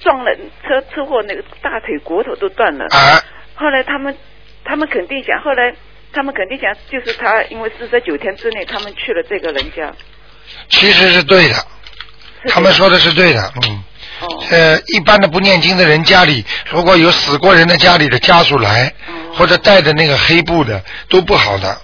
Speaker 7: 撞了车车祸，那个大腿骨头都断了。
Speaker 2: 啊！
Speaker 7: 后来他们他们肯定想，后来他们肯定想，就是他因为四十九天之内，他们去了这个人家。
Speaker 2: 其实是对的，他们说的是对的，嗯。呃，一般的不念经的人家里，如果有死过人的家里的家属来，或者带着那个黑布的，都不好的。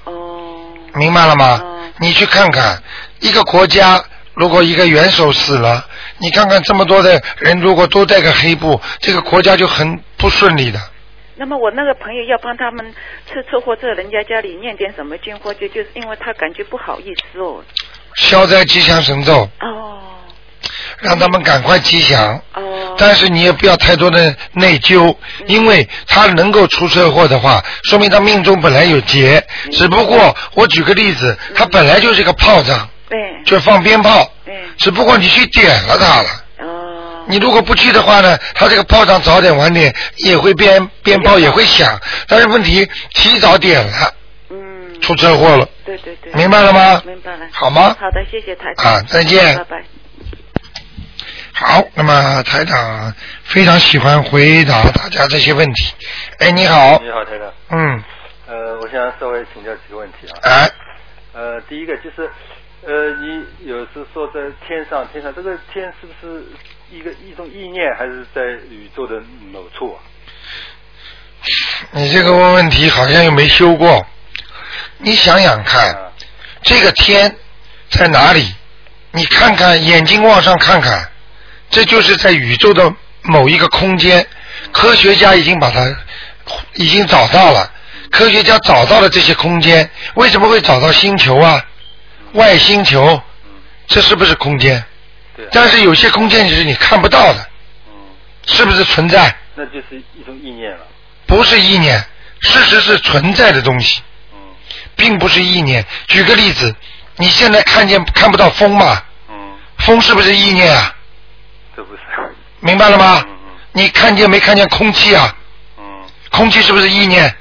Speaker 2: 明白了吗？你去看看，一个国家如果一个元首死了，你看看这么多的人，如果都带个黑布，这个国家就很不顺利的。
Speaker 7: 那么我那个朋友要帮他们车车祸这人家家里念点什么经或就就是因为他感觉不好意思哦。
Speaker 2: 消灾吉祥神咒，
Speaker 7: 哦，
Speaker 2: 让他们赶快吉祥。但是你也不要太多的内疚，
Speaker 7: 嗯
Speaker 2: 因为他能够出车祸的话，说明他命中本来有劫。
Speaker 7: 嗯
Speaker 2: 只不过我举个例子，他本来就是个炮仗，
Speaker 7: 对，
Speaker 2: 就放鞭炮，只不过你去点了他了。
Speaker 7: 哦
Speaker 2: 你如果不去的话呢，他这个炮仗早点晚点也会鞭鞭炮也会响，但是问题提早点了，嗯，出车祸了。
Speaker 7: 对对对。
Speaker 2: 明白了吗
Speaker 7: 明白了。
Speaker 2: 好吗
Speaker 7: 好的，谢谢台长。
Speaker 2: 啊再见
Speaker 7: 拜拜。
Speaker 2: 好，那么台长非常喜欢回答大家这些问题。哎，你好，
Speaker 8: 你好，台长。
Speaker 2: 嗯，
Speaker 8: 呃，我想稍微请教几个问题啊。
Speaker 2: 哎。
Speaker 8: 呃，第一个就是，呃，你有时说在天上，天上这个天是不是一个一种意念，还是在宇宙的某处啊？
Speaker 2: 你这个问问题好像又没修过，你想想看，这个天在哪里？你看看，眼睛往上看看，这就是在宇宙的某一个空间。科学家已经把它已经找到了，科学家找到了这些空间，为什么会找到星球啊？外星球，这是不是空间？
Speaker 8: 对啊
Speaker 2: 但是有些空间是你看不到的，是不是存在？
Speaker 8: 那就是一种意念了。
Speaker 2: 不是意念，事实是存在的东西，
Speaker 8: 嗯
Speaker 2: 并不是意念。举个例子，你现在看见看不到风嘛？风是不是意念啊？
Speaker 8: 嗯这不是。嗯
Speaker 2: 明白了吗？你看见没看见空气啊？空气是不是意念？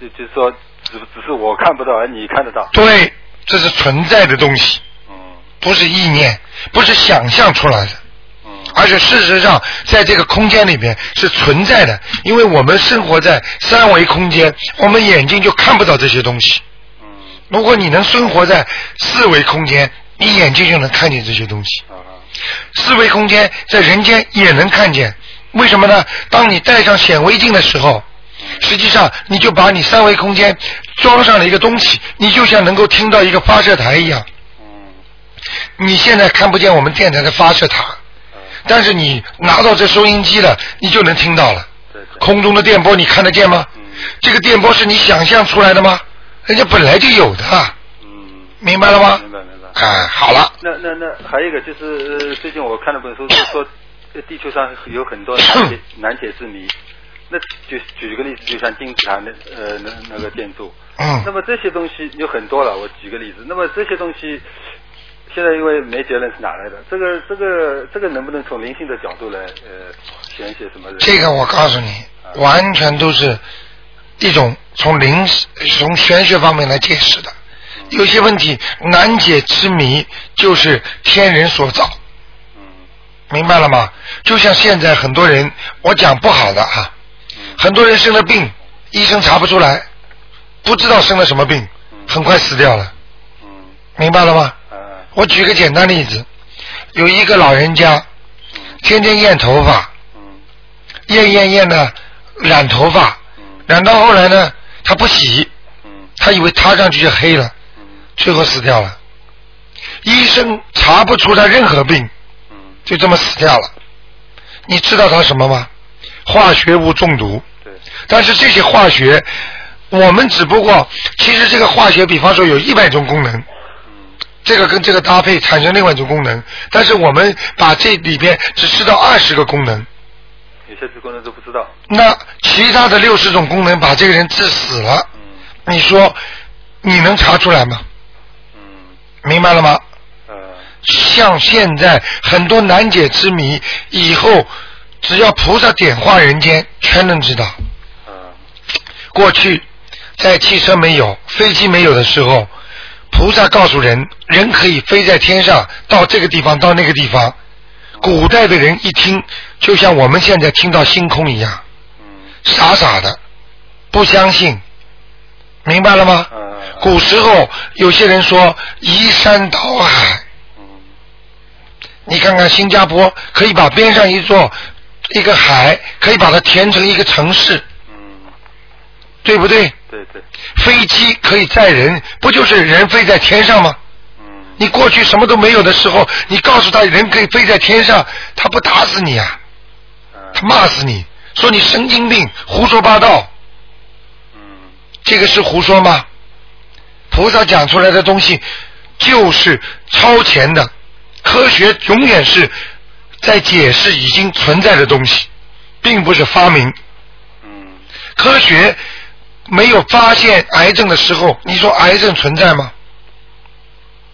Speaker 8: 就就是说，只只是我看不到，而你看得到。
Speaker 2: 对，这是存在的东西，不是意念，不是想象出来的，而是事实上在这个空间里面是存在的，因为我们生活在三维空间，我们眼睛就看不到这些东西。如果你能生活在四维空间，你眼睛就能看见这些东西。四维空间在人间也能看见，为什么呢？当你戴上显微镜的时候，实际上你就把你三维空间装上了一个东西，你就像能够听到一个发射台一样。你现在看不见我们电台的发射塔，但是你拿到这收音机了，你就能听到了。空中的电波你看得见吗？这个电波是你想象出来的吗？人家本来就有的。啊明白了吗？
Speaker 8: 明白明白。
Speaker 2: 哎，好了。
Speaker 8: 那那那还有一个就是，呃最近我看了本书是说，呃地球上有很多 难解难解之谜。那就举一个例子，就像金字塔那呃那那个建筑，
Speaker 2: 嗯
Speaker 8: 那么这些东西有很多了。我举个例子，那么这些东西现在因为没结论是哪来的，这个这个这个能不能从灵性的角度来呃选一些什么人？啊
Speaker 2: 这个我告诉你，完全都是一种从灵从玄学方面来解释的。有些问题难解之谜，就是天人所造。
Speaker 8: 嗯
Speaker 2: 明白了吗？就像现在很多人，我讲不好的哈、
Speaker 8: 嗯
Speaker 2: 很多人生了病，医生查不出来，不知道生了什么病，
Speaker 8: 嗯
Speaker 2: 很快死掉了。明白了吗？
Speaker 8: 啊
Speaker 2: 我举个简单例子，有一个老人家，
Speaker 8: 嗯
Speaker 2: 天天验头发，验验验呢，染头发，染到后来呢，他不洗，他以为擦上去就黑了，最后死掉了。医生查不出他任何病，就这么死掉了。你知道他什么吗？化学物中毒。但是这些化学，我们只不过其实这个化学，比方说有一百种功能，这个跟这个搭配产生另外一种功能，但是我们把这里边只知道二十个功能，
Speaker 8: 有些职工人都不知道。
Speaker 2: 那其他的六十种功能把这个人致死了，你说你能查出来吗？明白了吗？像现在很多难解之谜，以后只要菩萨点化人间，全能知道。过去在汽车没有、飞机没有的时候，菩萨告诉人，人可以飞在天上，到这个地方，到那个地方。古代的人一听，就像我们现在听到星空一样，傻傻的，不相信，明白了吗？
Speaker 8: 啊
Speaker 2: 古时候有些人说移山倒海，你看看新加坡可以把边上一座一个海，可以把它填成一个城市，对不对？
Speaker 8: 对对，
Speaker 2: 飞机可以载人，不就是人飞在天上吗？你过去什么都没有的时候，你告诉他人可以飞在天上，他不打死你啊，
Speaker 8: 嗯
Speaker 2: 他骂死你，说你神经病，胡说八道。这个是胡说吗？菩萨讲出来的东西就是超前的，科学永远是在解释已经存在的东西，并不是发明。科学没有发现癌症的时候，你说癌症存在吗？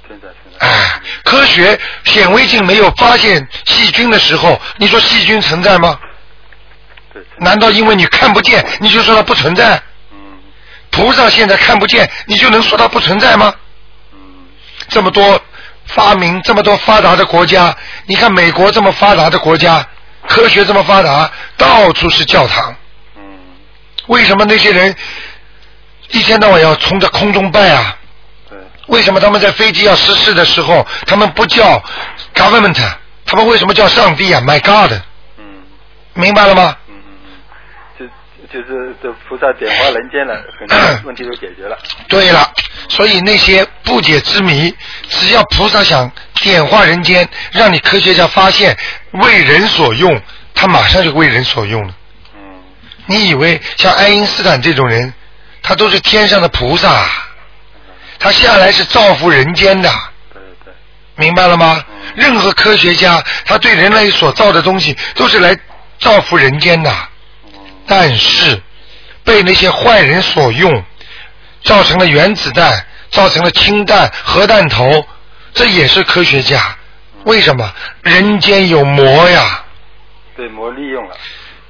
Speaker 8: 存在
Speaker 2: 存在。哎，科学显微镜没有发现细菌的时候，你说细菌存在吗？难道因为你看不见，你就说它不存在？菩萨现在看不见，你就能说它不存在吗？这么多发明，这么多发达的国家，你看美国这么发达的国家，科学这么发达，到处是教堂。为什么那些人一天到晚要冲着空中拜啊？为什么他们在飞机要失事的时候，他们不叫 government，他们为什么叫上帝啊？My God，明白了吗？
Speaker 8: 就就是这菩萨点化人间了，很多问题都解决了。
Speaker 2: 对了，所以那些不解之谜，只要菩萨想点化人间，让你科学家发现为人所用，他马上就为人所用了。你以为像爱因斯坦这种人，他都是天上的菩萨，他下来是造福人间的。明白了吗？任何科学家，他对人类所造的东西都是来造福人间的，但是被那些坏人所用，造成了原子弹，造成了氢弹、核弹头，这也是科学家。为什么？人间有魔呀，
Speaker 8: 对，魔利用了，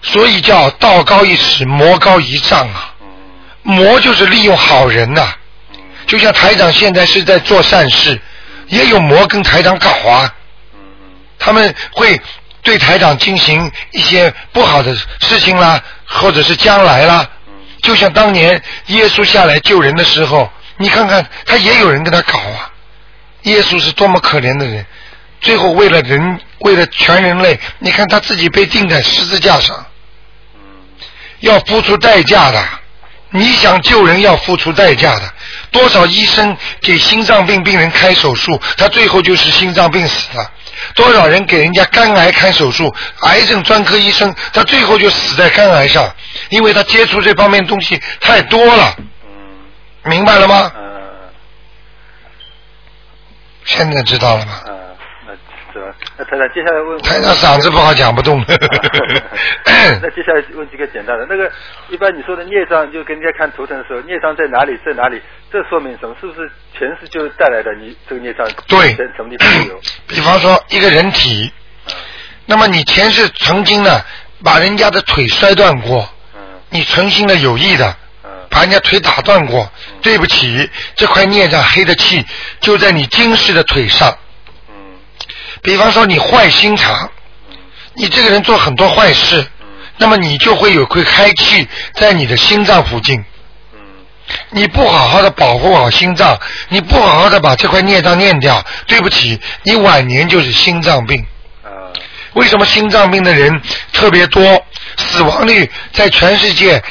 Speaker 2: 所以叫道高一尺，魔高一丈啊。魔就是利用好人呐、就像台长现在是在做善事，也有魔跟台长搞啊。他们会对台长进行一些不好的事情啦，或者是将来啦。就像当年耶稣下来救人的时候，你看看他也有人跟他搞啊。耶稣是多么可怜的人，最后为了人，为了全人类，你看他自己被钉在十字架上，要付出代价的。你想救人要付出代价的，多少医生给心脏病病人开手术，他最后就是心脏病死了；多少人给人家肝癌开手术，癌症专科医生他最后就死在肝癌上，因为他接触这方面东西太多了。明白了吗？现在知道了吗？
Speaker 8: 嗯，那是吧？那台长，接下来问
Speaker 2: 台长嗓子不好，讲不动。
Speaker 8: 那接下来问几个简单的。那个一般你说的孽障，就跟人家看图腾的时候，孽障在哪里，在哪里？这说明什么？是不是前世就带来的？你这个孽障
Speaker 2: 对
Speaker 8: 在什么地方有？
Speaker 2: 比方说一个人体，那么你前世曾经呢把人家的腿摔断过，你存心的有意的，把人家腿打断过，对不起，这块孽障黑的气就在你今世的腿上。比方说你坏心肠，你这个人做很多坏事，那么你就会有块黑气在你的心脏附近。你不好好的保护好心脏，你不好好的把这块孽障念掉，对不起，你晚年就是心脏病。为什么心脏病的人特别多？死亡率在全世界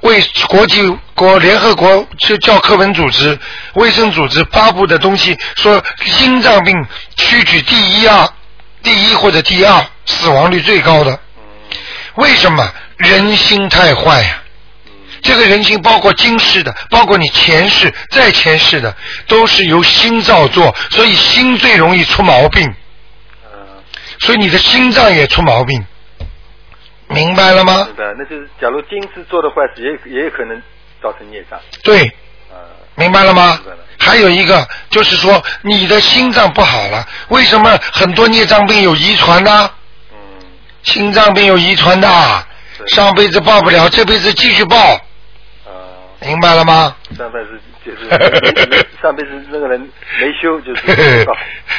Speaker 2: 为国际国联合国教教科文组织、卫生组织发布的东西说，心脏病屈居第一啊，第一或者第二，死亡率最高的。为什么人心太坏呀、这个人心包括今世的，包括你前世、再前世的，都是由心造作，所以心最容易出毛病。所以你的心脏也出毛病， 明白了吗？
Speaker 8: 是的，那就是假如今世做的坏事，也也有可能造成孽障。
Speaker 2: 对，
Speaker 8: 啊
Speaker 2: 明白了吗？还有一个就是说，你的心脏不好了，为什么很多孽障病有遗传呢？
Speaker 8: 嗯
Speaker 2: 心脏病有遗传的，啊上辈子报不了，这辈子继续报。
Speaker 8: 啊
Speaker 2: 明白了 吗？
Speaker 8: 上辈子就是上辈子那个人没修，就是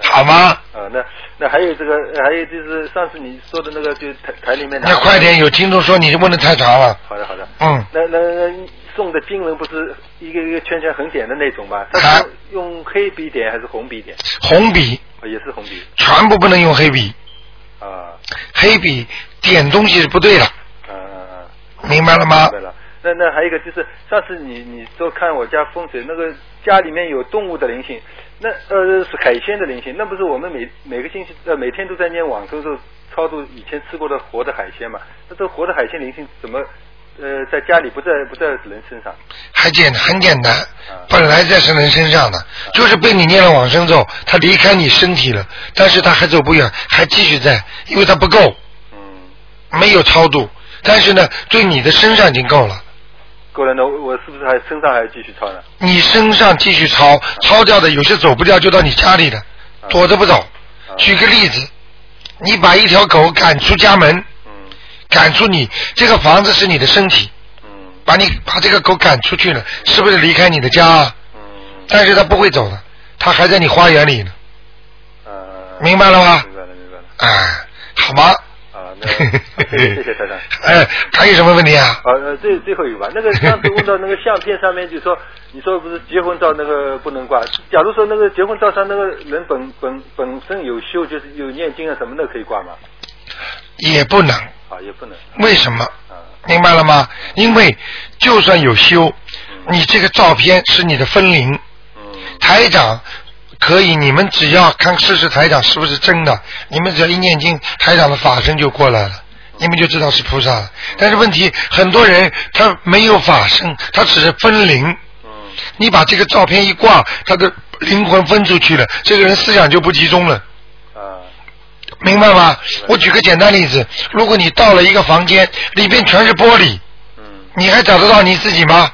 Speaker 2: 好吗？
Speaker 8: 啊，那那还有这个，还有就是上次你说的那个，就是台台里面的。
Speaker 2: 那快点，有听众说你问的太长了。
Speaker 8: 好的好的。
Speaker 2: 嗯。
Speaker 8: 那那那送的经文不是一个一个圈圈很点的那种吗？它是用用黑笔点还是红笔点？
Speaker 2: 红笔
Speaker 8: 哦也是红笔
Speaker 2: 全部不能用黑笔，
Speaker 8: 啊。
Speaker 2: 黑笔点东西是不对的。明白了吗
Speaker 8: 明白？了。啊那那还有一个就是，上次你你说看我家风水，那个家里面有动物的灵性，那呃是海鲜的灵性，那不是我们每每个星期呃每天都在念往生咒超度以前吃过的活的海鲜嘛？那这活的海鲜灵性怎么呃在家里不在不在人身上？
Speaker 2: 还简很简单，本来在神人身上的，就是被你念了往生咒，他离开你身体了，但是他还走不远，还继续在，因为他不够，没有超度，但是呢，对你的身上已经够了，
Speaker 8: 够了，那我我是不是还身上还要继续抄呢？啊
Speaker 2: 你身上继续抄，抄掉的有些走不掉就到你家里的，
Speaker 8: 啊
Speaker 2: 躲着不走。举个例子，你把一条狗赶出家门，
Speaker 8: 嗯
Speaker 2: 赶出你这个房子是你的身体，
Speaker 8: 嗯
Speaker 2: 把你把这个狗赶出去了，是不是离开你的家啊？
Speaker 8: 嗯
Speaker 2: 但是它不会走的，它还在你花园里呢。明白了吗？
Speaker 8: 啊明白了，明白了。
Speaker 2: 哎，好吗？
Speaker 8: 啊，那谢 谢台长。
Speaker 2: 哎，还有什么问题啊？
Speaker 8: 啊，呃，最最后一个吧。那个上次问到那个相片上面，就说你说不是结婚照那个不能挂。假如说那个结婚照上那个人本本本身有修，就是有念经啊什么的，可以挂吗？
Speaker 2: 也不能。
Speaker 8: 啊，也不能。
Speaker 2: 为什么？明白了吗？因为就算有修，你这个照片是你的分灵。台长可以，你们只要看试试台长是不是真的，你们只要一念经，台长的法身就过来了。你们就知道是菩萨了，但是问题很多人他没有法身，他只是分灵。你把这个照片一挂，他的灵魂分出去了，这个人思想就不集中了。明白吗？我举个简单例子，如果你到了一个房间，里边全是玻璃，你还找得到你自己吗？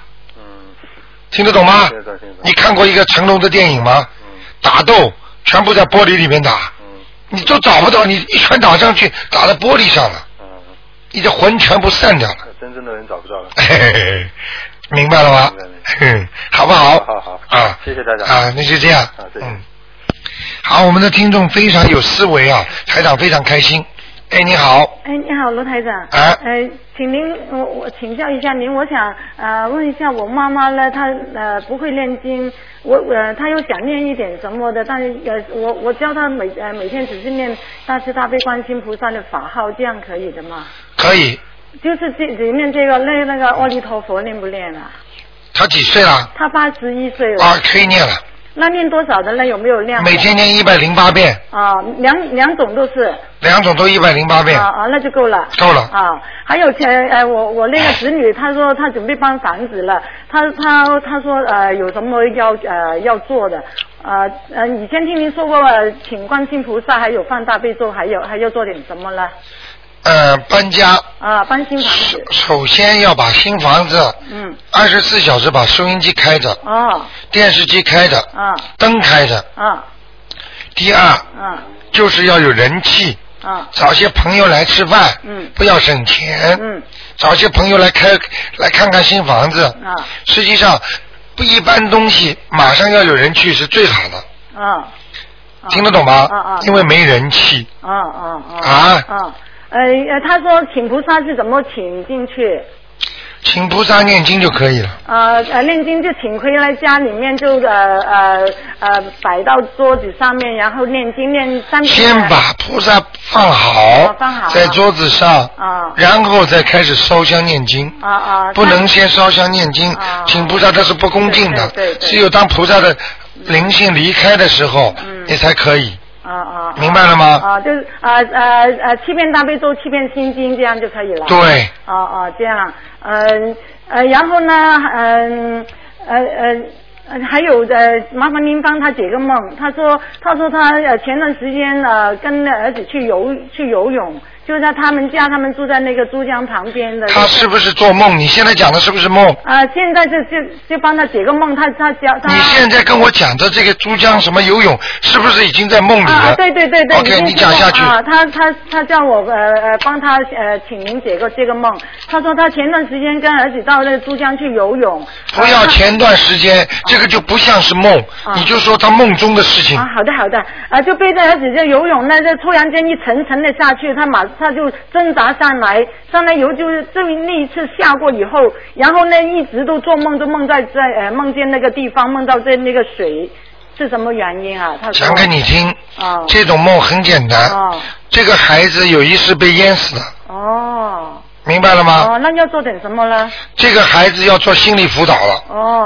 Speaker 2: 听得懂吗？
Speaker 8: 听得懂听得懂
Speaker 2: 你看过一个成龙的电影吗？打斗全部在玻璃里面打，你都找不到，你一拳打上去，打到玻璃上了，你的魂全部散掉了。
Speaker 8: 那真正的人找不到了。
Speaker 2: 嘿嘿嘿明白 了吗？嗯，好不好？
Speaker 8: 好好
Speaker 2: 啊
Speaker 8: 谢谢台长。
Speaker 2: 啊，那就这样
Speaker 8: 啊，对。
Speaker 2: 嗯。好，我们的听众非常有思维啊，台长非常开心。哎，你好，
Speaker 9: 哎，你好，罗台长。
Speaker 2: 哎
Speaker 9: 呃，请您，我我请教一下您，我想呃问一下我妈妈呢，她呃不会念经，我呃她又想念一点什么的，但是呃我我教她每呃每天只是念大慈大悲观世音菩萨的法号，这样可以的吗？
Speaker 2: 可以。
Speaker 9: 就是这只念这个那那个阿弥陀佛念不念啊？
Speaker 2: 他几岁了？
Speaker 9: 她八十一岁了。
Speaker 2: 啊，可以念了，
Speaker 9: 那念多少的呢？有没有量？
Speaker 2: 每天念一百零八遍，
Speaker 9: 啊，两两种都是。
Speaker 2: 两种都一百零八遍
Speaker 9: 啊。啊，那就够了。
Speaker 2: 够了哎
Speaker 9: 啊，还有前呃，我我那个侄女，她说她准备搬房子了，她她她说呃有什么要呃要做的，呃呃，以前听您说过，呃请观世音菩萨，还有放大悲咒，还有还要做点什么呢？
Speaker 2: 呃，搬家
Speaker 9: 啊，搬新房子，
Speaker 2: 首先要把新房子
Speaker 9: 嗯，
Speaker 2: 二十四小时把收音机开着，
Speaker 9: 哦，
Speaker 2: 电视机开着，
Speaker 9: 啊
Speaker 2: 灯开着。
Speaker 9: 啊
Speaker 2: 第二
Speaker 9: 啊
Speaker 10: 嗯
Speaker 2: 就是要有人气，
Speaker 9: 啊，
Speaker 2: 找些朋友来吃饭，
Speaker 9: 嗯
Speaker 2: 不要省钱，
Speaker 9: 嗯
Speaker 2: 找些朋友来开来看看新房子。
Speaker 9: 啊
Speaker 2: 实际上，不一般东西马上要有人去是最好的，
Speaker 9: 啊，啊
Speaker 2: 听得懂吗？
Speaker 9: 啊啊，
Speaker 2: 因为没人气
Speaker 9: 啊啊啊
Speaker 2: 啊
Speaker 9: 啊，呃呃，她说请菩萨是怎么请进去？
Speaker 2: 请菩萨念经就可以了。
Speaker 9: 呃呃，念经就请回来家里面就呃呃呃摆到桌子上面，然后念经念三遍。
Speaker 2: 先把菩萨放
Speaker 9: 哦放好
Speaker 2: 好，
Speaker 9: 啊
Speaker 2: 在桌子上，
Speaker 9: 啊
Speaker 2: 然后再开始烧香念经。
Speaker 9: 啊啊，
Speaker 2: 不能先烧香念经
Speaker 9: 啊，
Speaker 2: 请菩萨这是不恭敬的
Speaker 9: 对对，对
Speaker 2: 只有当菩萨的灵性离开的时候，
Speaker 9: 嗯
Speaker 2: 你才可以，
Speaker 9: 啊啊
Speaker 2: 明白了吗？
Speaker 9: 啊，就是呃呃呃七遍大悲咒，七遍心经这样就可以了。。
Speaker 2: 对，
Speaker 9: 哦哦，这样，嗯呃，然后呢，嗯呃呃。呃，还有呃，麻烦您帮他解个梦。他说，他说他呃前段时间呃跟儿子去游去游泳，就在他们家，他们住在那个珠江旁边的。
Speaker 2: 他是不是做梦？你现在讲的是不是梦？
Speaker 9: 啊，现在就就就帮他解个梦，他他教他。
Speaker 2: 你现在跟我讲的这个珠江什么游泳，是不是已经在梦里
Speaker 9: 啊啊，
Speaker 2: 了？
Speaker 9: 对对对对
Speaker 2: OK，
Speaker 9: 已经
Speaker 2: 你讲下去。
Speaker 9: 啊，他他他叫我呃呃帮他呃请您解个这个梦，他说他前段时间跟儿子到那个珠江去游泳。
Speaker 2: 不要前段时间，这个就不像是梦，
Speaker 9: 啊
Speaker 2: 你就说他梦中的事情
Speaker 9: 啊。，好的好的，啊，就背着儿子就游泳，那就突然间一沉沉的下去，他马上就挣扎上来，上来以后就是这那一次下过以后，然后呢一直都做梦，都梦在在呃梦见那个地方，梦到在那个水是什么原因啊？他说
Speaker 2: 讲给你听，
Speaker 9: 哦
Speaker 2: 这种梦很简单。
Speaker 9: 哦
Speaker 2: 这个孩子有一次被淹死了，
Speaker 9: 哦
Speaker 2: 明白了吗？
Speaker 9: 哦，那要做点什么呢？
Speaker 2: 这个孩子要做心理辅导了。
Speaker 9: 哦，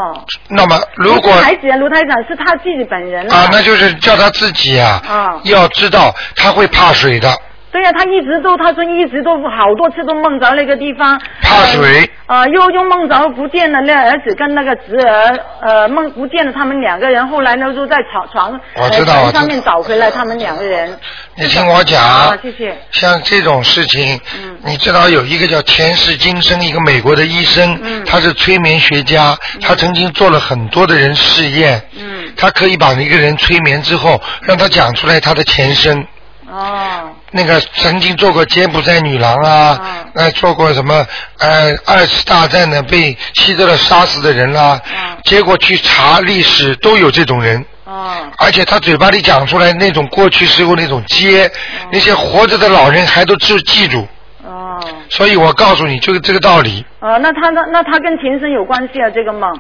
Speaker 2: 那么如果
Speaker 9: 不是孩子啊卢台长是他自己本人
Speaker 2: 啊，那就是叫他自己啊，
Speaker 9: 啊
Speaker 2: 要知道他会怕水的，
Speaker 9: 对呀、他一直都，他说一直都好多次都梦着那个地方。
Speaker 2: 怕水
Speaker 9: 呃。呃，又又梦着不见了那儿子跟那个侄儿，呃，梦不见了他们两个人，后来呢就在床床
Speaker 2: 我知道
Speaker 9: 呃
Speaker 2: 我知道
Speaker 9: 床上面找回来他们两个人。
Speaker 2: 你听我讲。
Speaker 9: 啊，谢谢。
Speaker 2: 像这种事情，
Speaker 9: 嗯
Speaker 2: 你知道有一个叫前世今生，一个美国的医生，
Speaker 9: 嗯
Speaker 2: 他是催眠学家，他曾经做了很多的人试验，
Speaker 9: 嗯，
Speaker 2: 他可以把一个人催眠之后，让他讲出来他的前身。
Speaker 9: 哦，
Speaker 2: 那个曾经做过柬埔寨女郎啊，
Speaker 9: 嗯
Speaker 2: 呃，做过什么呃二次大战呢被希特勒杀死的人啦、
Speaker 9: 嗯
Speaker 2: 结果去查历史都有这种人，
Speaker 9: 哦，
Speaker 2: 而且他嘴巴里讲出来那种过去时候那种街，那些活着的老人还都记记住，
Speaker 9: 哦，
Speaker 2: 所以我告诉你这个这个道理，
Speaker 9: 呃，那他那那他跟前生有关系啊，这个梦。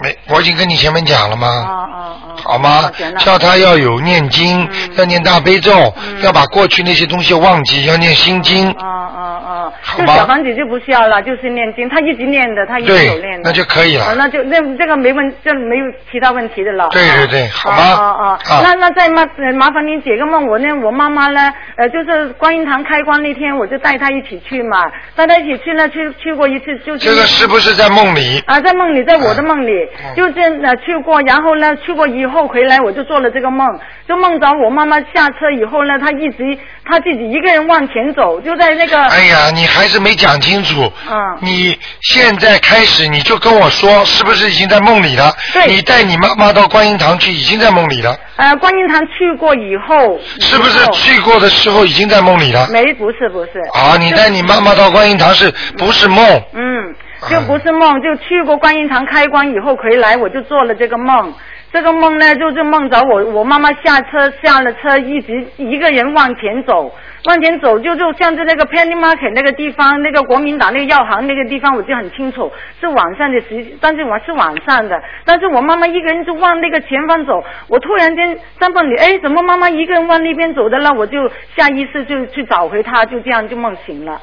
Speaker 2: 没哎我已经跟你前面讲了
Speaker 9: 哦
Speaker 2: 吗？
Speaker 9: 哦哦。
Speaker 2: 好吗
Speaker 9: 哦行？了
Speaker 2: 叫他要有念经，
Speaker 9: 嗯
Speaker 2: 要念大悲咒，
Speaker 9: 嗯
Speaker 2: 要把过去那些东西忘记，要念心经。
Speaker 9: 哦哦哦，
Speaker 2: 好
Speaker 9: 就
Speaker 2: 吧
Speaker 9: 小房子就不需要了，就是念经，他一直念的，他一直有
Speaker 2: 对
Speaker 9: 念，的。
Speaker 2: 那就可以了。
Speaker 9: 哦，那就那这个没问，这没有其他问题的了。
Speaker 2: 对对对好吗
Speaker 9: 哦哦
Speaker 2: 啊
Speaker 9: 哦，那那再麻呃麻烦您解个梦，我呢我妈妈呢，呃就是观音堂开光那天，我就带她一起去嘛，带她一起去呢，去去过一次，就是
Speaker 2: 这个是不是在梦里？
Speaker 9: 啊，在梦里，在我的梦里，
Speaker 2: 嗯
Speaker 9: 就是呃去过，然后呢去过以后回来，我就做了这个梦，就梦着我妈妈下车以后呢，她一直她自己一个人往前走，就在那个、
Speaker 2: 哎呀，你还是没讲清楚。
Speaker 9: 嗯
Speaker 2: 你现在开始你就跟我说，是不是已经在梦里了？
Speaker 9: 对
Speaker 2: 你带你妈妈到观音堂去，已经在梦里了。
Speaker 9: 呃观音堂去过以后，
Speaker 2: 是不是
Speaker 9: 以后
Speaker 2: 去过的时候已经在梦里了？
Speaker 9: 嗯没不是不是
Speaker 2: 啊，你带你妈妈到观音堂是不是梦？
Speaker 9: 嗯嗯，就不是梦，就去过观音堂开光以后回来，我就做了这个梦。这个梦呢，就是梦着我，我妈妈下车下了车，一直一个人往前走，往前走就就像是那个 Penny Market 那个地方，那个国民党那个药行那个地方，我就很清楚是晚上的时，但是我是晚上的，但是我妈妈一个人就往那个前方走，我突然间三蹦里，哎，怎么妈妈一个人往那边走的了？我就下意识就去找回她，就这样就梦醒了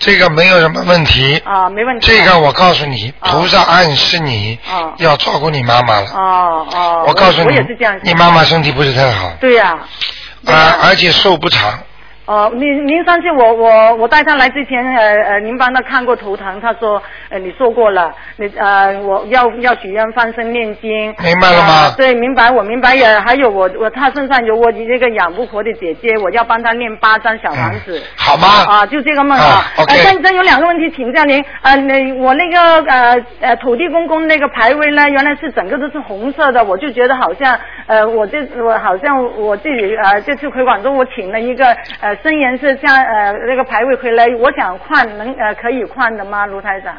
Speaker 2: 这个没有什么问题。
Speaker 9: 啊，没问题。啊
Speaker 2: 这个我告诉你，菩萨暗示你
Speaker 9: 哦
Speaker 2: 要照顾你妈妈了。
Speaker 9: 哦哦，
Speaker 2: 我告诉
Speaker 9: 我
Speaker 2: 你
Speaker 9: 也是这样，
Speaker 2: 你妈妈身体不是太好，
Speaker 9: 对呀、
Speaker 2: 啊，而且寿不长。
Speaker 9: 哦，您您上次我我我带他来之前，呃呃，您帮他看过图腾，他说，呃，你说过了，你呃，我要要许愿放生念经，
Speaker 2: 明白了吗
Speaker 9: 啊对，明白，我明白也，还有我我他身上有我这个养不活的姐姐，我要帮他念八张小房子，
Speaker 2: 好吗？
Speaker 9: 啊，就这个梦啊，
Speaker 2: 啊，OK
Speaker 9: 呃但但有两个问题请教您，呃，那我那个呃呃土地公公那个牌位呢，原来是整个都是红色的，我就觉得好像呃我这我好像我自己呃这次回广州我请了一个呃深颜色像呃那个牌位回来，我想换能呃可以换的吗，卢台长？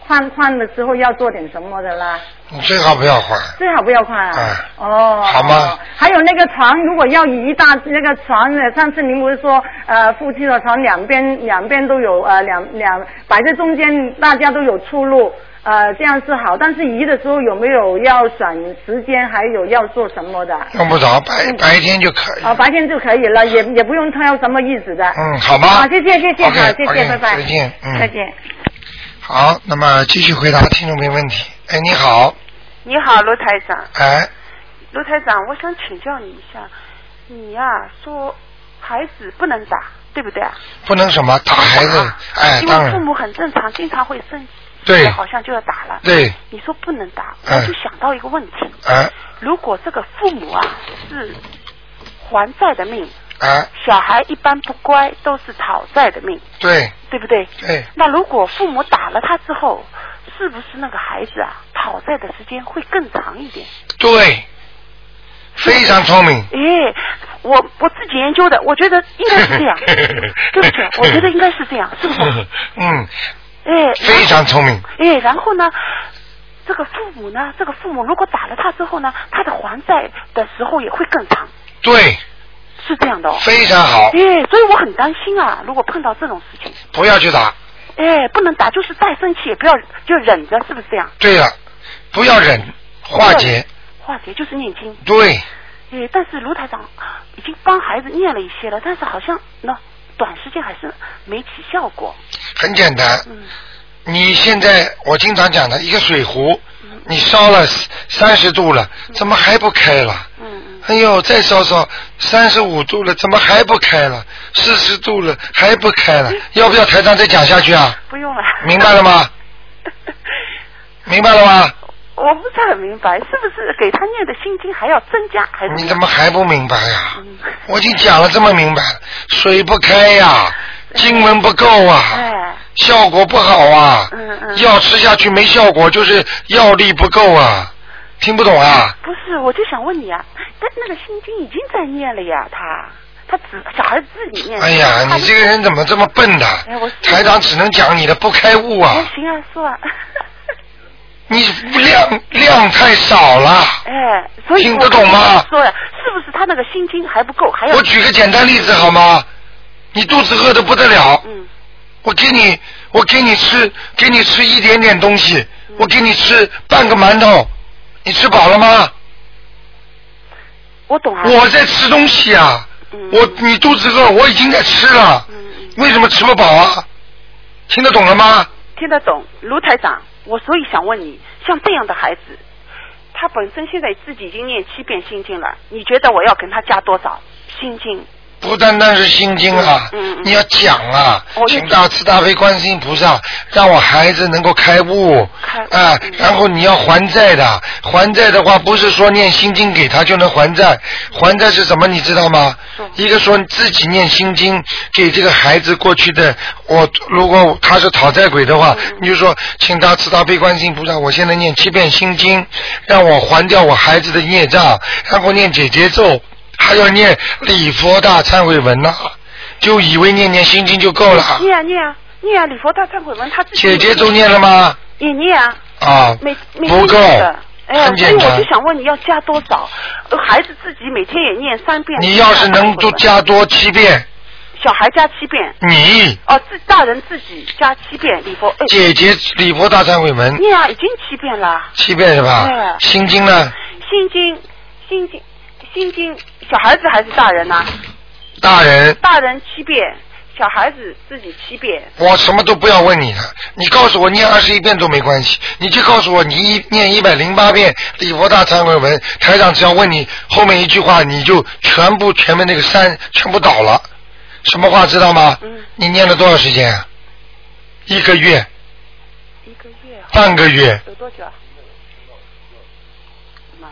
Speaker 9: 换换了之后要做点什么的啦？
Speaker 2: 你最好不要换，
Speaker 9: 最好不要换啊！
Speaker 2: 啊
Speaker 9: 哦，
Speaker 2: 好吗？
Speaker 9: 还有那个床，如果要移大那个床，呃上次您不是说呃夫妻的床两边两边都有呃两两摆在中间，大家都有出路，呃这样是好。但是移的时候有没有要选时间，还有要做什么的？
Speaker 2: 用不着，白
Speaker 9: 嗯
Speaker 2: 白天就可以。
Speaker 9: 啊、白天就可以了，也也不用挑什么日子的。
Speaker 2: 嗯，好吗？
Speaker 9: 好，谢谢谢谢，好
Speaker 2: OK，
Speaker 9: 谢谢
Speaker 2: OK，
Speaker 9: 拜拜。
Speaker 2: 再见，嗯，
Speaker 9: 再。见。
Speaker 2: 好，那么继续回答听众朋友问题。哎，你好，
Speaker 11: 你好，罗台长，
Speaker 2: 哎，
Speaker 11: 罗台长，我想请教你一下，你呀、说孩子不能打，对不对啊？
Speaker 2: 不能什么打孩子，
Speaker 9: 啊
Speaker 2: 哎，
Speaker 11: 因
Speaker 2: 当
Speaker 11: 为父
Speaker 2: 然，
Speaker 11: 母很正常，经常会生
Speaker 2: 对
Speaker 11: 气，好像就要打了。
Speaker 2: 对，
Speaker 11: 你说不能打，
Speaker 2: 哎
Speaker 11: 我就想到一个问题，
Speaker 2: 哎
Speaker 11: 如果这个父母啊是还债的命，
Speaker 2: 哎，
Speaker 11: 小孩一般不乖都是讨债的命，
Speaker 2: 对
Speaker 11: 对不对？
Speaker 2: 对，
Speaker 11: 那如果父母打了他之后，是不是那个孩子啊讨债的时间会更长一点？
Speaker 2: 对，非常聪明。
Speaker 11: 哎，我我自己研究的，我觉得应该 是 这样。对不起，我觉得应该是这样，是不是？
Speaker 2: 嗯，
Speaker 11: 哎，
Speaker 2: 非常聪明。
Speaker 11: 哎，然后呢，这个父母呢，这个父母如果打了他之后呢，他的还债的时候也会更长，
Speaker 2: 对，
Speaker 11: 是这样的哦。
Speaker 2: 非常好
Speaker 11: 哎，所以我很担心啊，如果碰到这种事情，
Speaker 2: 不要去打。
Speaker 11: 哎，不能打，就是再生气也不要就忍着，是不是这样？
Speaker 2: 对了，不要
Speaker 11: 嗯
Speaker 2: 忍，化解。
Speaker 11: 化解就是念经。
Speaker 2: 对，
Speaker 11: 哎，但是卢台长已经帮孩子念了一些了，但是好像那短时间还是没起效果。
Speaker 2: 很简单。
Speaker 11: 嗯
Speaker 2: 你现在我经常讲的一个水壶，
Speaker 11: 嗯
Speaker 2: 你烧了三十度了，怎么还不开了？
Speaker 11: 嗯
Speaker 2: 哎呦，再烧烧三十五度了，怎么还不开了？四十度了还不开
Speaker 11: 嗯
Speaker 2: 了？要不要台上再讲下去啊？
Speaker 11: 不用了。
Speaker 2: 明白了吗？明白了吗？
Speaker 11: 我不是很明白，是不是给他念的心经还要增加，还是
Speaker 2: 你怎么还不明白呀、
Speaker 11: 嗯
Speaker 2: 我已经讲了这么明白了，水不开呀、经文不够啊，
Speaker 11: 哎，
Speaker 2: 效果不好啊，
Speaker 11: 嗯嗯，
Speaker 2: 药吃下去没效果，就是药力不够啊，听不懂啊？
Speaker 11: 不是，我就想问你啊，但那个心经已经在念了呀，他他只小孩自己念。
Speaker 2: 哎呀，
Speaker 11: 他
Speaker 2: 你这个人怎么这么笨的
Speaker 11: 哎我是？
Speaker 2: 台长只能讲你的不开悟啊
Speaker 11: 哎，行啊，是啊，
Speaker 2: 你量量太少了。
Speaker 11: 哎，所以
Speaker 2: 听
Speaker 11: 我
Speaker 2: 得懂吗
Speaker 11: 说呀，是不是他那个心经还不够，还要
Speaker 2: 我举个简单例子好吗？你肚子饿得不得了，
Speaker 11: 嗯
Speaker 2: 我给你，我给你吃，给你吃一点点东西，
Speaker 11: 嗯
Speaker 2: 我给你吃半个馒头，你吃饱了
Speaker 11: 啊
Speaker 2: 吗？
Speaker 11: 我懂啊，
Speaker 2: 我在吃东西啊，
Speaker 11: 嗯
Speaker 2: 我你肚子饿，我已经在吃了，
Speaker 11: 嗯
Speaker 2: 为什么吃不饱啊？听得懂了吗？
Speaker 11: 听得懂，卢台长，我所以想问你，像这样的孩子，他本身现在自己已经念七遍心经了，你觉得我要跟他加多少心经？
Speaker 2: 不单单是心经啊，
Speaker 11: 嗯嗯
Speaker 2: 你要讲啊，
Speaker 11: 我就
Speaker 2: 请大慈大悲观世音菩萨让我孩子能够开悟
Speaker 11: 开
Speaker 2: 啊、
Speaker 11: 悟嗯
Speaker 2: 然后你要还债的，还债的话不是说念心经给他就能还债，还债是什么你知道吗？一个说你自己念心经给这个孩子过去的，我如果他是讨债鬼的话，
Speaker 11: 嗯
Speaker 2: 你就说请大慈大悲观世音菩萨，我现在念七遍心经，让我还掉我孩子的孽障，然后念解结咒，还要念礼佛大忏悔文呐、就以为念念心经就够了。
Speaker 11: 念啊念啊念啊！礼佛大忏悔文，他自己
Speaker 2: 姐姐都念了吗？
Speaker 11: 也念啊，
Speaker 2: 啊，
Speaker 11: 每每
Speaker 2: 不
Speaker 11: 天
Speaker 2: 够
Speaker 11: 念的，哎呀，
Speaker 2: 很
Speaker 11: 所
Speaker 2: 简
Speaker 11: 以
Speaker 2: 单
Speaker 11: 我就想问你要加多少？呃孩子自己每天也念三遍。啊
Speaker 2: 你要是能多加多七遍，
Speaker 11: 小孩加七遍，
Speaker 2: 你
Speaker 11: 哦，自大人自己加七遍礼佛。哎
Speaker 2: 姐姐礼佛大忏悔文
Speaker 11: 念啊，已经七遍了。
Speaker 2: 七遍是吧？
Speaker 11: 对
Speaker 2: 心经呢？
Speaker 11: 心经，心经，心经，小孩子还是大人呐、啊
Speaker 2: 大人，
Speaker 11: 大人七遍，小孩子自己七遍。
Speaker 2: 我什么都不要问你了，你告诉我念二十一遍都没关系，你就告诉我你一念一百零八遍礼佛大忏悔文，台长只要问你后面一句话，你就全部前面那个山全部倒了，什么话知道吗？你念了多少时间啊？一个月。一个月。半个月。
Speaker 11: 有多久啊？妈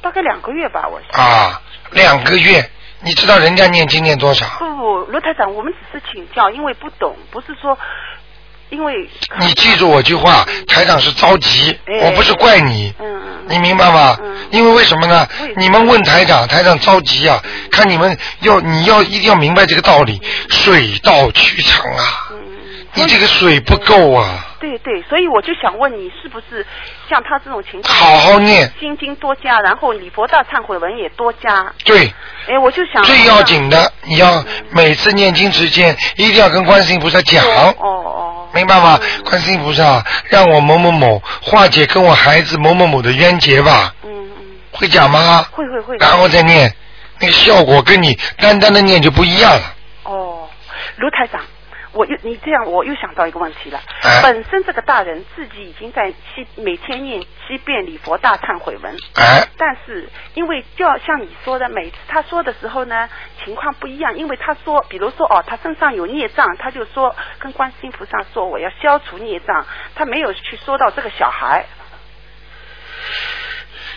Speaker 11: 大概两个月吧，我想。
Speaker 2: 啊，两个月，你知道人家念经念多少？
Speaker 11: 不不，罗台长，我们只是请教，因为不懂，不是说，因为
Speaker 2: 你记住我句话，台长是着急，我不是怪你，你明白吗？因为嗯为什么呢？你们问台长，台长着急啊，看你们要你要一定要明白这个道理，水到渠成啊，你这个水不够啊，
Speaker 11: 对对，所以我就想问你，是不是像他这种情况，
Speaker 2: 好好念
Speaker 11: 心经多加，然后礼佛大忏悔文也多加。
Speaker 2: 对，
Speaker 11: 哎，我就想
Speaker 2: 最要紧的，你要每次念经之前一定要跟观世音菩萨讲。明白吗？观世音菩萨，让我某某某化解跟我孩子某某某的冤结吧。嗯嗯。会讲吗？
Speaker 11: 会会会。
Speaker 2: 然后再念，那个效果跟你单单的念就不一样了。
Speaker 11: 哦，卢台长，我又你这样，我又想到一个问题了。
Speaker 2: 哎
Speaker 11: 本身这个大人自己已经在七每天念七遍礼佛大忏悔文，
Speaker 2: 哎，
Speaker 11: 但是因为就要像你说的，每次他说的时候呢，情况不一样。因为他说，比如说哦，他身上有孽障，他就说跟观世音菩萨说我要消除孽障，他没有去说到这个小孩。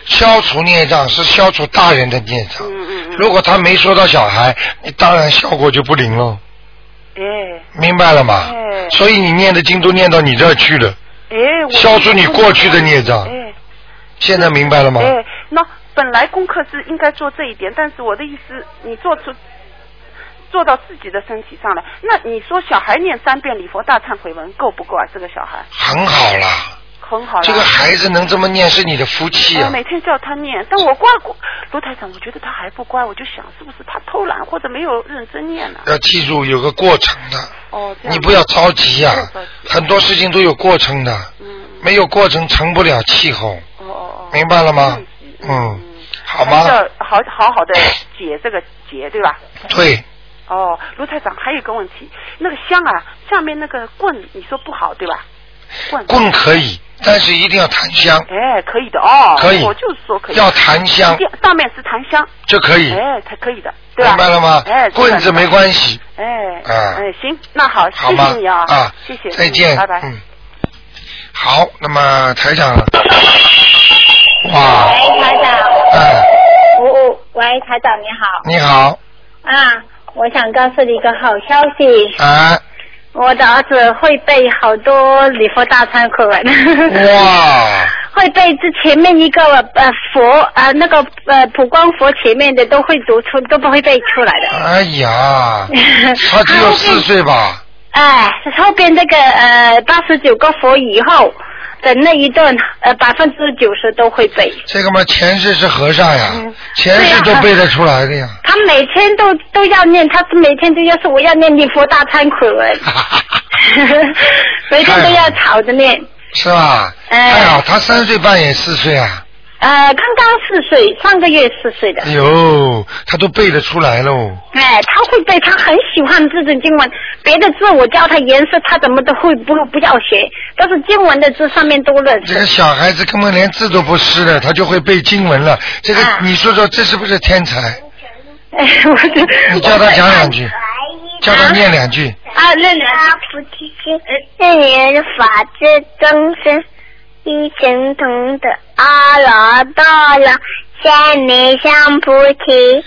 Speaker 2: 消除孽障是消除大人的孽障。嗯嗯如果他没说到小孩，你当然效果就不灵喽。
Speaker 11: 哎
Speaker 2: 明白了吗？
Speaker 11: 哎
Speaker 2: 所以你念的经都念到你这儿去了，
Speaker 11: 哎，我
Speaker 2: 消除你过去的孽障
Speaker 11: 哎
Speaker 2: 现在明白了吗？
Speaker 11: 哎，那本来功课是应该做这一点，但是我的意思，你做出做到自己的身体上来，那你说小孩念三遍礼佛大忏悔文够不够啊？这个小孩
Speaker 2: 很好啦，
Speaker 11: 很好啦
Speaker 2: 这个孩子能这么念是你的福气
Speaker 11: 我
Speaker 2: 啊。
Speaker 11: 每天叫他念，但我乖过卢台长，我觉得他还不乖，我就想是不是他偷懒或者没有认真念呢、
Speaker 2: 要记住有个过程的。
Speaker 11: 哦，这样
Speaker 2: 你不要着急呀、很多事情都有过程的，
Speaker 11: 嗯
Speaker 2: 没有过程成不了气候，
Speaker 11: 哦
Speaker 2: 明白了吗？嗯，好
Speaker 11: 还是
Speaker 2: 吗？
Speaker 11: 要好好好的解这个结，对吧？
Speaker 2: 对，
Speaker 11: 哦，卢台长，还有一个问题，那个香啊，下面那个棍，你说不好对吧？棍
Speaker 2: 棍可以，但是一定要檀香
Speaker 11: 哎，可以的哦，
Speaker 2: 可以
Speaker 11: 我就说可以。
Speaker 2: 要檀香
Speaker 11: 一定上面是檀香
Speaker 2: 就可以，
Speaker 11: 哎，才可以的，对吧？
Speaker 2: 明白了吗
Speaker 11: 哎，？
Speaker 2: 棍子没关
Speaker 11: 系。
Speaker 2: 系，
Speaker 11: 哎，
Speaker 2: 啊
Speaker 11: 哎，行，那好，
Speaker 2: 好
Speaker 11: 谢
Speaker 2: 吗
Speaker 11: 谢你啊，
Speaker 2: 啊
Speaker 11: 谢谢，
Speaker 2: 再见
Speaker 11: 嗯拜拜。
Speaker 2: 嗯 好，那么台长， 哇，
Speaker 12: 喂，哦台长。
Speaker 2: 哎
Speaker 12: 我、哦、喂，台长你好。
Speaker 2: 你好，
Speaker 12: 啊，我想告诉你一个好消息，
Speaker 2: 哎，
Speaker 12: 我的儿子会背好多礼佛大忏 悔文。
Speaker 2: 哇！
Speaker 12: 会背这前面一个呃佛呃那个呃普光佛前面的都会读出都不会背出来的，
Speaker 2: 哎呀，他只有四岁吧？
Speaker 12: 哎，后边那个呃八十九个佛以后的那一段呃百分之九十都会背。
Speaker 2: 这个嘛，前世是和尚呀，
Speaker 12: 嗯
Speaker 2: 前世都背得出来的呀。
Speaker 12: 他每天都都要念，他是每天都要说我要念礼佛大忏悔文，每天都要吵着念。
Speaker 2: 是吧？
Speaker 12: 哎
Speaker 2: 哎呀，他三岁半也四岁啊，
Speaker 12: 呃，刚刚四岁，上个月四岁的
Speaker 2: 哎。呦，他都背得出来喽。
Speaker 12: 哎，他会背，他很喜欢这种经文。别的字我教他颜色，他怎么都会不不要学，但是经文的字上面都认
Speaker 2: 这个
Speaker 12: 识。
Speaker 2: 小孩子根本连字都不识的，他就会背经文了。这个，你说说，这是不是天才？
Speaker 12: 啊哎，我就
Speaker 2: 你叫他讲两句，叫他念两句。
Speaker 13: 二六年菩提心，四年法治众生，一神同德，
Speaker 12: 啊
Speaker 13: 阿罗多罗，三年向菩 提。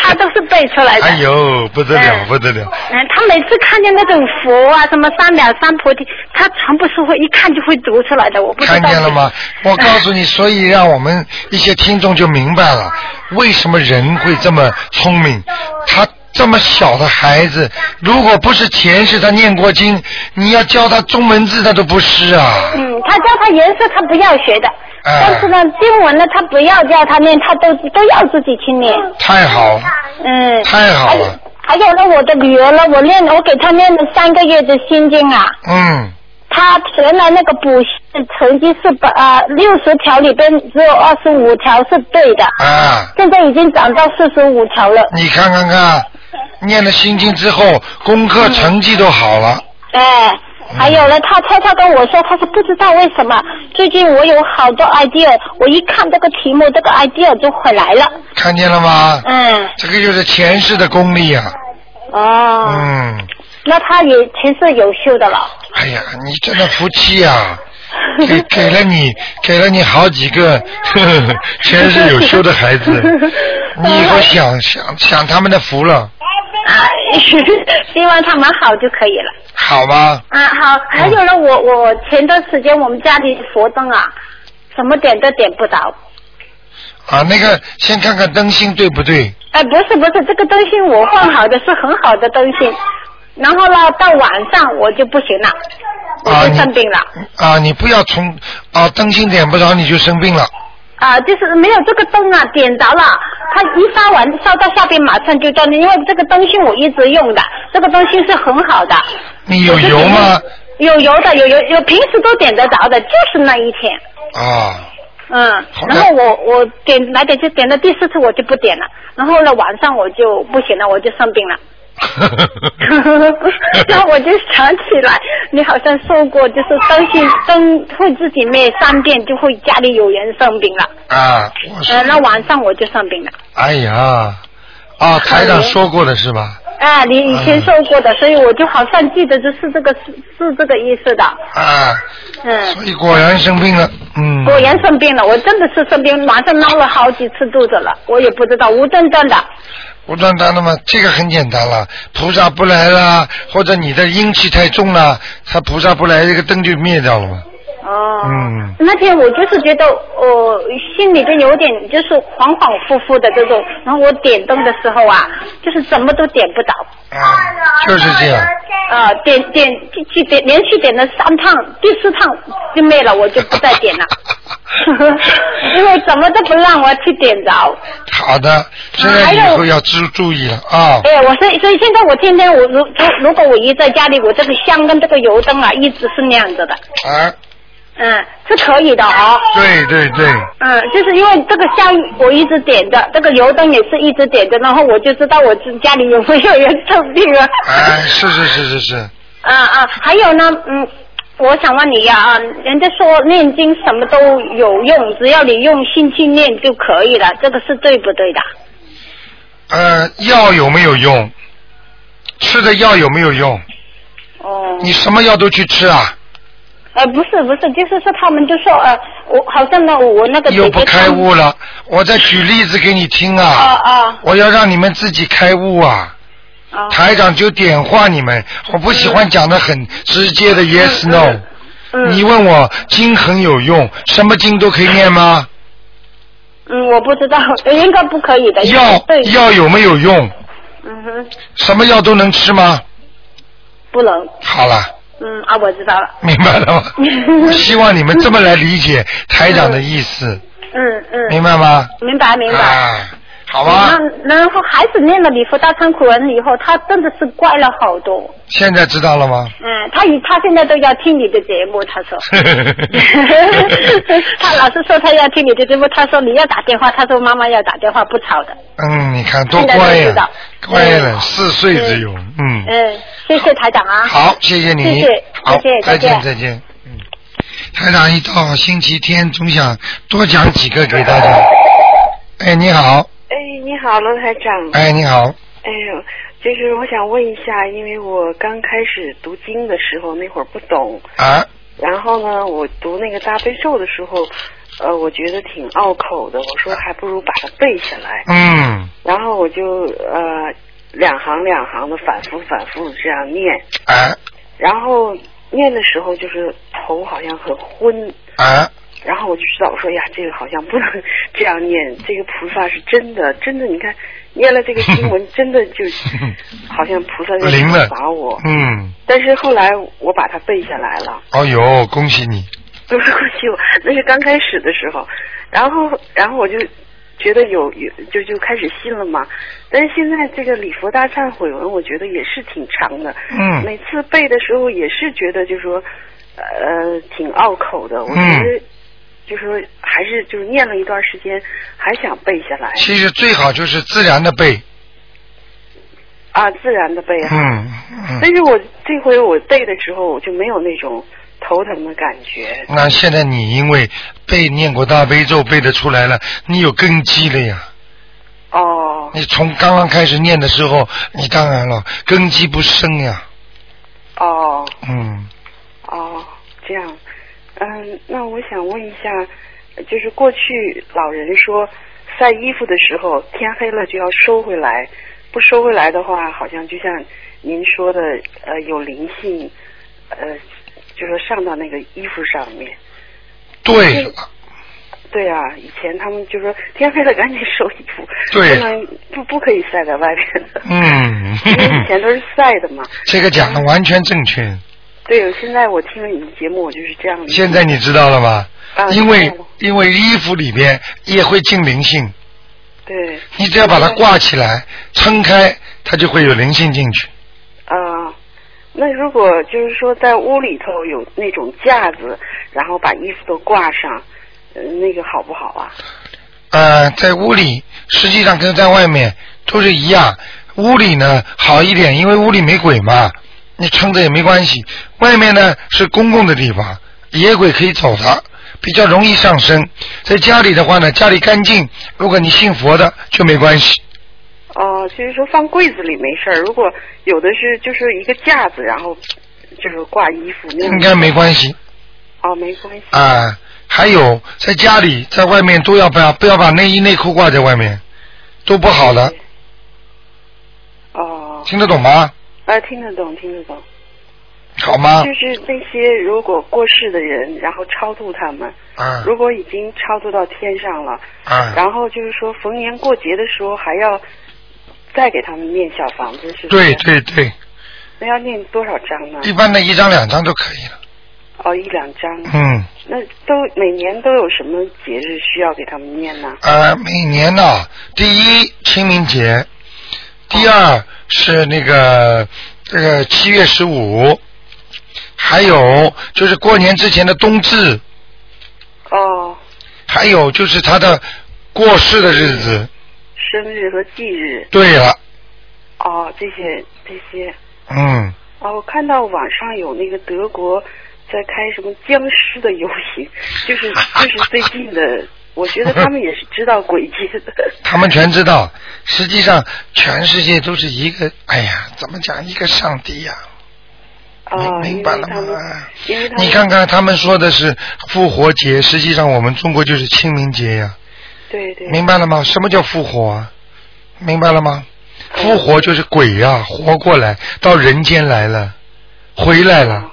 Speaker 12: 他都是背出来的。
Speaker 2: 哎呦，不得了，不得了！
Speaker 12: 嗯，他每次看见那种佛啊，什么三藐三菩提，他全部是会一看就会读出来的。我不知道
Speaker 2: 看见了 吗？我告诉你，所以让我们一些听众就明白了，为什么人会这么聪明。他这么小的孩子，如果不是前世他念过经，你要教他中文字他都不识啊。
Speaker 12: 嗯，他教他颜色他不要学的，
Speaker 2: 哎
Speaker 12: 但是呢，经文呢他不要叫他念，他都都要自己去念。
Speaker 2: 太好，
Speaker 12: 嗯。
Speaker 2: 太好了。
Speaker 12: 还有呢，我的女儿呢，我念我给她念了三个月的心经啊，
Speaker 2: 嗯，
Speaker 12: 她原来那个补习的成绩是把啊六十条里边只有二十五条是对的，
Speaker 2: 啊，
Speaker 12: 现在已经涨到四十五条了。
Speaker 2: 你看看看，念了心经之后，功课成绩都好了。
Speaker 12: 哎，还有呢，他他他跟我说，他说不知道为什么最近我有好多 idea，我一看这个题目，这个 idea 就回来了。
Speaker 2: 看见了吗？
Speaker 12: 嗯，
Speaker 2: 这个就是前世的功力啊。
Speaker 12: 哦，
Speaker 2: 嗯，
Speaker 12: 那他也其实有秀的了。
Speaker 2: 哎呀，你真的福气啊！给给了你，给了你好几个 呵呵前世有修的孩子，你以后享享享他们的福了，
Speaker 12: 啊， 希望他们好就可以了。
Speaker 2: 好吗？
Speaker 12: 啊，好，还有呢，我我前段时间我们家里佛灯啊，什么点都点不着。
Speaker 2: 啊，那个先看看灯芯对不对？
Speaker 12: 哎，不是不是，这个灯芯我换好的是很好的灯芯，然后呢，到晚上我就不行了，我
Speaker 2: 啊
Speaker 12: 就
Speaker 2: 你
Speaker 12: 生病了。
Speaker 2: 啊，你不要从啊灯芯点不着你就生病了。
Speaker 12: 啊，就是没有这个灯啊，点着了，它一发完烧到下边马上就断了，因为这个灯芯我一直用的，这个灯芯是很好的，
Speaker 2: 你有油吗？
Speaker 12: 有油的，有油有平时都点得着的，就是那一天，
Speaker 2: 啊，
Speaker 12: 嗯，然后我我点来点就点了第四次我就不点了，然后呢晚上我就不行了，我就生病了。 然后我就想起来，你好像说过，就是灯芯灯会自己灭三遍，就会家里有人生病了。
Speaker 2: 啊，我说
Speaker 12: 嗯，那晚上我就生病了。
Speaker 2: 哎呀，啊，台长说过的是吧？
Speaker 12: 哎，你以前说过的，所以我就好像记得就是这个是是这个意思的。
Speaker 2: 啊，
Speaker 12: 嗯，
Speaker 2: 你果然生病了，嗯，
Speaker 12: 果然生病了，我真的是生病，马上闹了好几次肚子了，我也不知道无症状的。
Speaker 2: 无端端的嘛，这个很简单了，菩萨不来啦，或者你的阴气太重了，他菩萨不来，这个灯就灭掉了嘛。
Speaker 12: 哦，
Speaker 2: 嗯，
Speaker 12: 那天我就是觉得我、呃心里边有点就是恍恍惚惚的这种，然后我点灯的时候啊，就是怎么都点不着。
Speaker 2: 就是这样。
Speaker 12: 啊、点点去去点，连续点了三趟，第四趟就灭了，我就不再点了， 因为怎么都不让我去点着。
Speaker 2: 好的，现在以后要注注意了啊。
Speaker 12: 哎，我所以所以现在我天天我如如如果我一在家里，我这个香跟这个油灯啊，一直是那样子的，
Speaker 2: 啊，
Speaker 12: 嗯，是可以的哦。
Speaker 2: 对对对，
Speaker 12: 嗯，就是因为这个香我一直点着，这个油灯也是一直点着，然后我就知道我自家里有没有人生病了。
Speaker 2: 哎，是是是是是，
Speaker 12: 啊啊，还有呢，嗯，我想问你呀啊，人家说念经什么都有用，只要你用心去念就可以了，这个是对不对的？
Speaker 2: 呃，药有没有用？吃的药有没有用？
Speaker 12: 哦。
Speaker 2: 你什么药都去吃啊？
Speaker 12: 呃，不是不是，就是说他们就说呃，我好像呢，我 那个姐姐
Speaker 2: 又不开
Speaker 12: 她们
Speaker 2: 悟了，我再举例子给你听啊。
Speaker 12: 啊
Speaker 2: 我要让你们自己开悟啊。台长就点化你们，我不喜欢讲的很直接
Speaker 12: 嗯
Speaker 2: 的 yes no。你问我经很有用，什么经都可以念吗？
Speaker 12: 嗯，我不知道，应该不可以的。应该
Speaker 2: 药
Speaker 12: 嗯对
Speaker 2: 药有没有用？
Speaker 12: 嗯哼，
Speaker 2: 什么药都能吃吗？
Speaker 12: 不能。
Speaker 2: 好了，
Speaker 12: 嗯啊，我知道了。
Speaker 2: 明白了 吗？我希望你们这么来理解台长的意思，
Speaker 12: 嗯嗯。
Speaker 2: 明白吗？
Speaker 12: 明白明白。
Speaker 2: 啊，好吧，
Speaker 12: 嗯那然后孩子念了礼佛大忏悔文以后，他真的是乖了好多。
Speaker 2: 现在知道了 吗？
Speaker 12: 嗯，他以他现在都要听你的节目，他说。 他老是说他要听你的节目，他说你要打电话，他说妈妈要打电话，不吵的。
Speaker 2: 嗯，你看多
Speaker 12: 现在
Speaker 2: 乖
Speaker 12: 都知
Speaker 2: 呀
Speaker 12: 道，
Speaker 2: 乖了，四岁只有，嗯。
Speaker 12: 嗯，谢谢台长啊。
Speaker 2: 好，谢谢你。
Speaker 12: 谢谢，
Speaker 2: 好，
Speaker 12: 再
Speaker 2: 再
Speaker 12: 见，
Speaker 2: 再见。嗯，台长一到星期天，总想多讲几个给大 家。哎，你好，
Speaker 14: 哎，你好，罗台长。
Speaker 2: 哎，你好，
Speaker 14: 哎呦，就是我想问一下，因为我刚开始读经的时候，那会儿不懂。
Speaker 2: 啊。
Speaker 14: 然后呢，我读那个大悲咒的时候，呃，我觉得挺拗口的，我说还不如把它背下来。
Speaker 2: 嗯，
Speaker 14: 然后我就呃两行两行的反复反复这样念。
Speaker 2: 啊。
Speaker 14: 然后念的时候就是头好像很昏。
Speaker 2: 啊。
Speaker 14: 然后我就知道，我说呀，这个好像不能这样念，这个菩萨是真的， 真的，你看念了这个经文，真的就好像菩萨在
Speaker 2: 灵了
Speaker 14: 罚我。
Speaker 2: 嗯，
Speaker 14: 但是后来我把它背下来了，
Speaker 2: 哦呦，恭喜你，
Speaker 14: 都是过去我，那是刚开始的时候，然后然后我就觉得有有就就开始信了嘛。但是现在这个礼佛大忏悔文，我觉得也是挺长的，
Speaker 2: 嗯
Speaker 14: 每次背的时候也是觉得就说呃挺拗口的，我觉得就说还是就是念了一段时间，还想背下来
Speaker 2: 其实最好就是自然的背，
Speaker 14: 啊，自然的背啊。
Speaker 2: 嗯嗯，
Speaker 14: 但是我这回我背的时候，我就没有那种头疼的感觉。
Speaker 2: 那现在你因为背念过大悲咒背得出来了，你有根基了呀。
Speaker 14: 哦。
Speaker 2: 你从刚刚开始念的时候，你当然了，根基不深呀。
Speaker 14: 哦
Speaker 2: 嗯，
Speaker 14: 哦，这样，嗯，那我想问一下，就是过去老人说晒衣服的时候，天黑了就要收回来，不收回来的话，好像就像您说的，呃，有灵性，呃，就说上到那个衣服上面。
Speaker 2: 对了，
Speaker 14: 对啊，以前他们就说天黑了赶紧收衣服，
Speaker 2: 对
Speaker 14: 不能不不可以晒在外面的，
Speaker 2: 嗯，
Speaker 14: 因为以前都是晒的嘛。
Speaker 2: 这个讲的完全正确。
Speaker 14: 对，现在我听了你的节目，我就是这样。
Speaker 2: 现在你知道了吧？
Speaker 14: 啊
Speaker 2: 因
Speaker 14: 知
Speaker 2: 为
Speaker 14: 道了
Speaker 2: 因为衣服里边也会进灵性，
Speaker 14: 对。
Speaker 2: 你只要把它挂起来、撑开，它就会有灵性进去。
Speaker 14: 啊、那如果就是说在屋里头有那种架子，然后把衣服都挂上，呃、那个好不好啊？
Speaker 2: 呃，在屋里实际上跟在外面都是一样。屋里呢好一点，因为屋里没鬼嘛，你撑着也没关系。外面呢是公共的地方，野鬼可以走的，比较容易上身。在家里的话呢，家里干净，如果你信佛的就没关系。
Speaker 14: 哦、就是说放柜子里没事儿，如果有的是就是一个架子，然后就是挂衣服那样。
Speaker 2: 应该没关系。
Speaker 14: 哦，没关系。
Speaker 2: 啊、还有在家里、在外面都要把不要把内衣内裤挂在外面，都不好的。
Speaker 14: 哦，
Speaker 2: 听得懂吗？
Speaker 14: 啊，听得懂，听得懂。
Speaker 2: 好吗？
Speaker 14: 就是那些如果过世的人，然后超度他们，
Speaker 2: 啊
Speaker 14: 如果已经超度到天上了，
Speaker 2: 啊，
Speaker 14: 然后就是说逢年过节的时候还要再给他们念小房子，是不是？
Speaker 2: 对对对，
Speaker 14: 那要念多少章呢？
Speaker 2: 一般的一张两张都可以了。
Speaker 14: 哦，一两张。
Speaker 2: 嗯，
Speaker 14: 那都每年都有什么节日需要给他们念呢？
Speaker 2: 啊，每年呢、第一清明节，第二是那个这个七月十五，还有就是过年之前的冬至，啊
Speaker 14: 哦，
Speaker 2: 还有就是他的过世的日子。
Speaker 14: 生日和忌日。
Speaker 2: 对了，
Speaker 14: 哦，这些这些。
Speaker 2: 嗯，
Speaker 14: 哦，我看到网上有那个德国在开什么僵尸的游行， 就是就是最近的，我觉得他们也是知道诡计的。
Speaker 2: 他们全知道，实际上全世界都是一个，哎呀，怎么讲一个上帝呀、
Speaker 14: 哦，
Speaker 2: 明
Speaker 14: 因
Speaker 2: 白
Speaker 14: 为
Speaker 2: 了
Speaker 14: 他们，因为他们
Speaker 2: 你看看他们说的是复活节，实际上我们中国就是清明节呀、
Speaker 14: 对对，
Speaker 2: 明白了吗？什么叫复活啊？明白了吗？复活就是鬼呀、活过来到人间来了，回来了，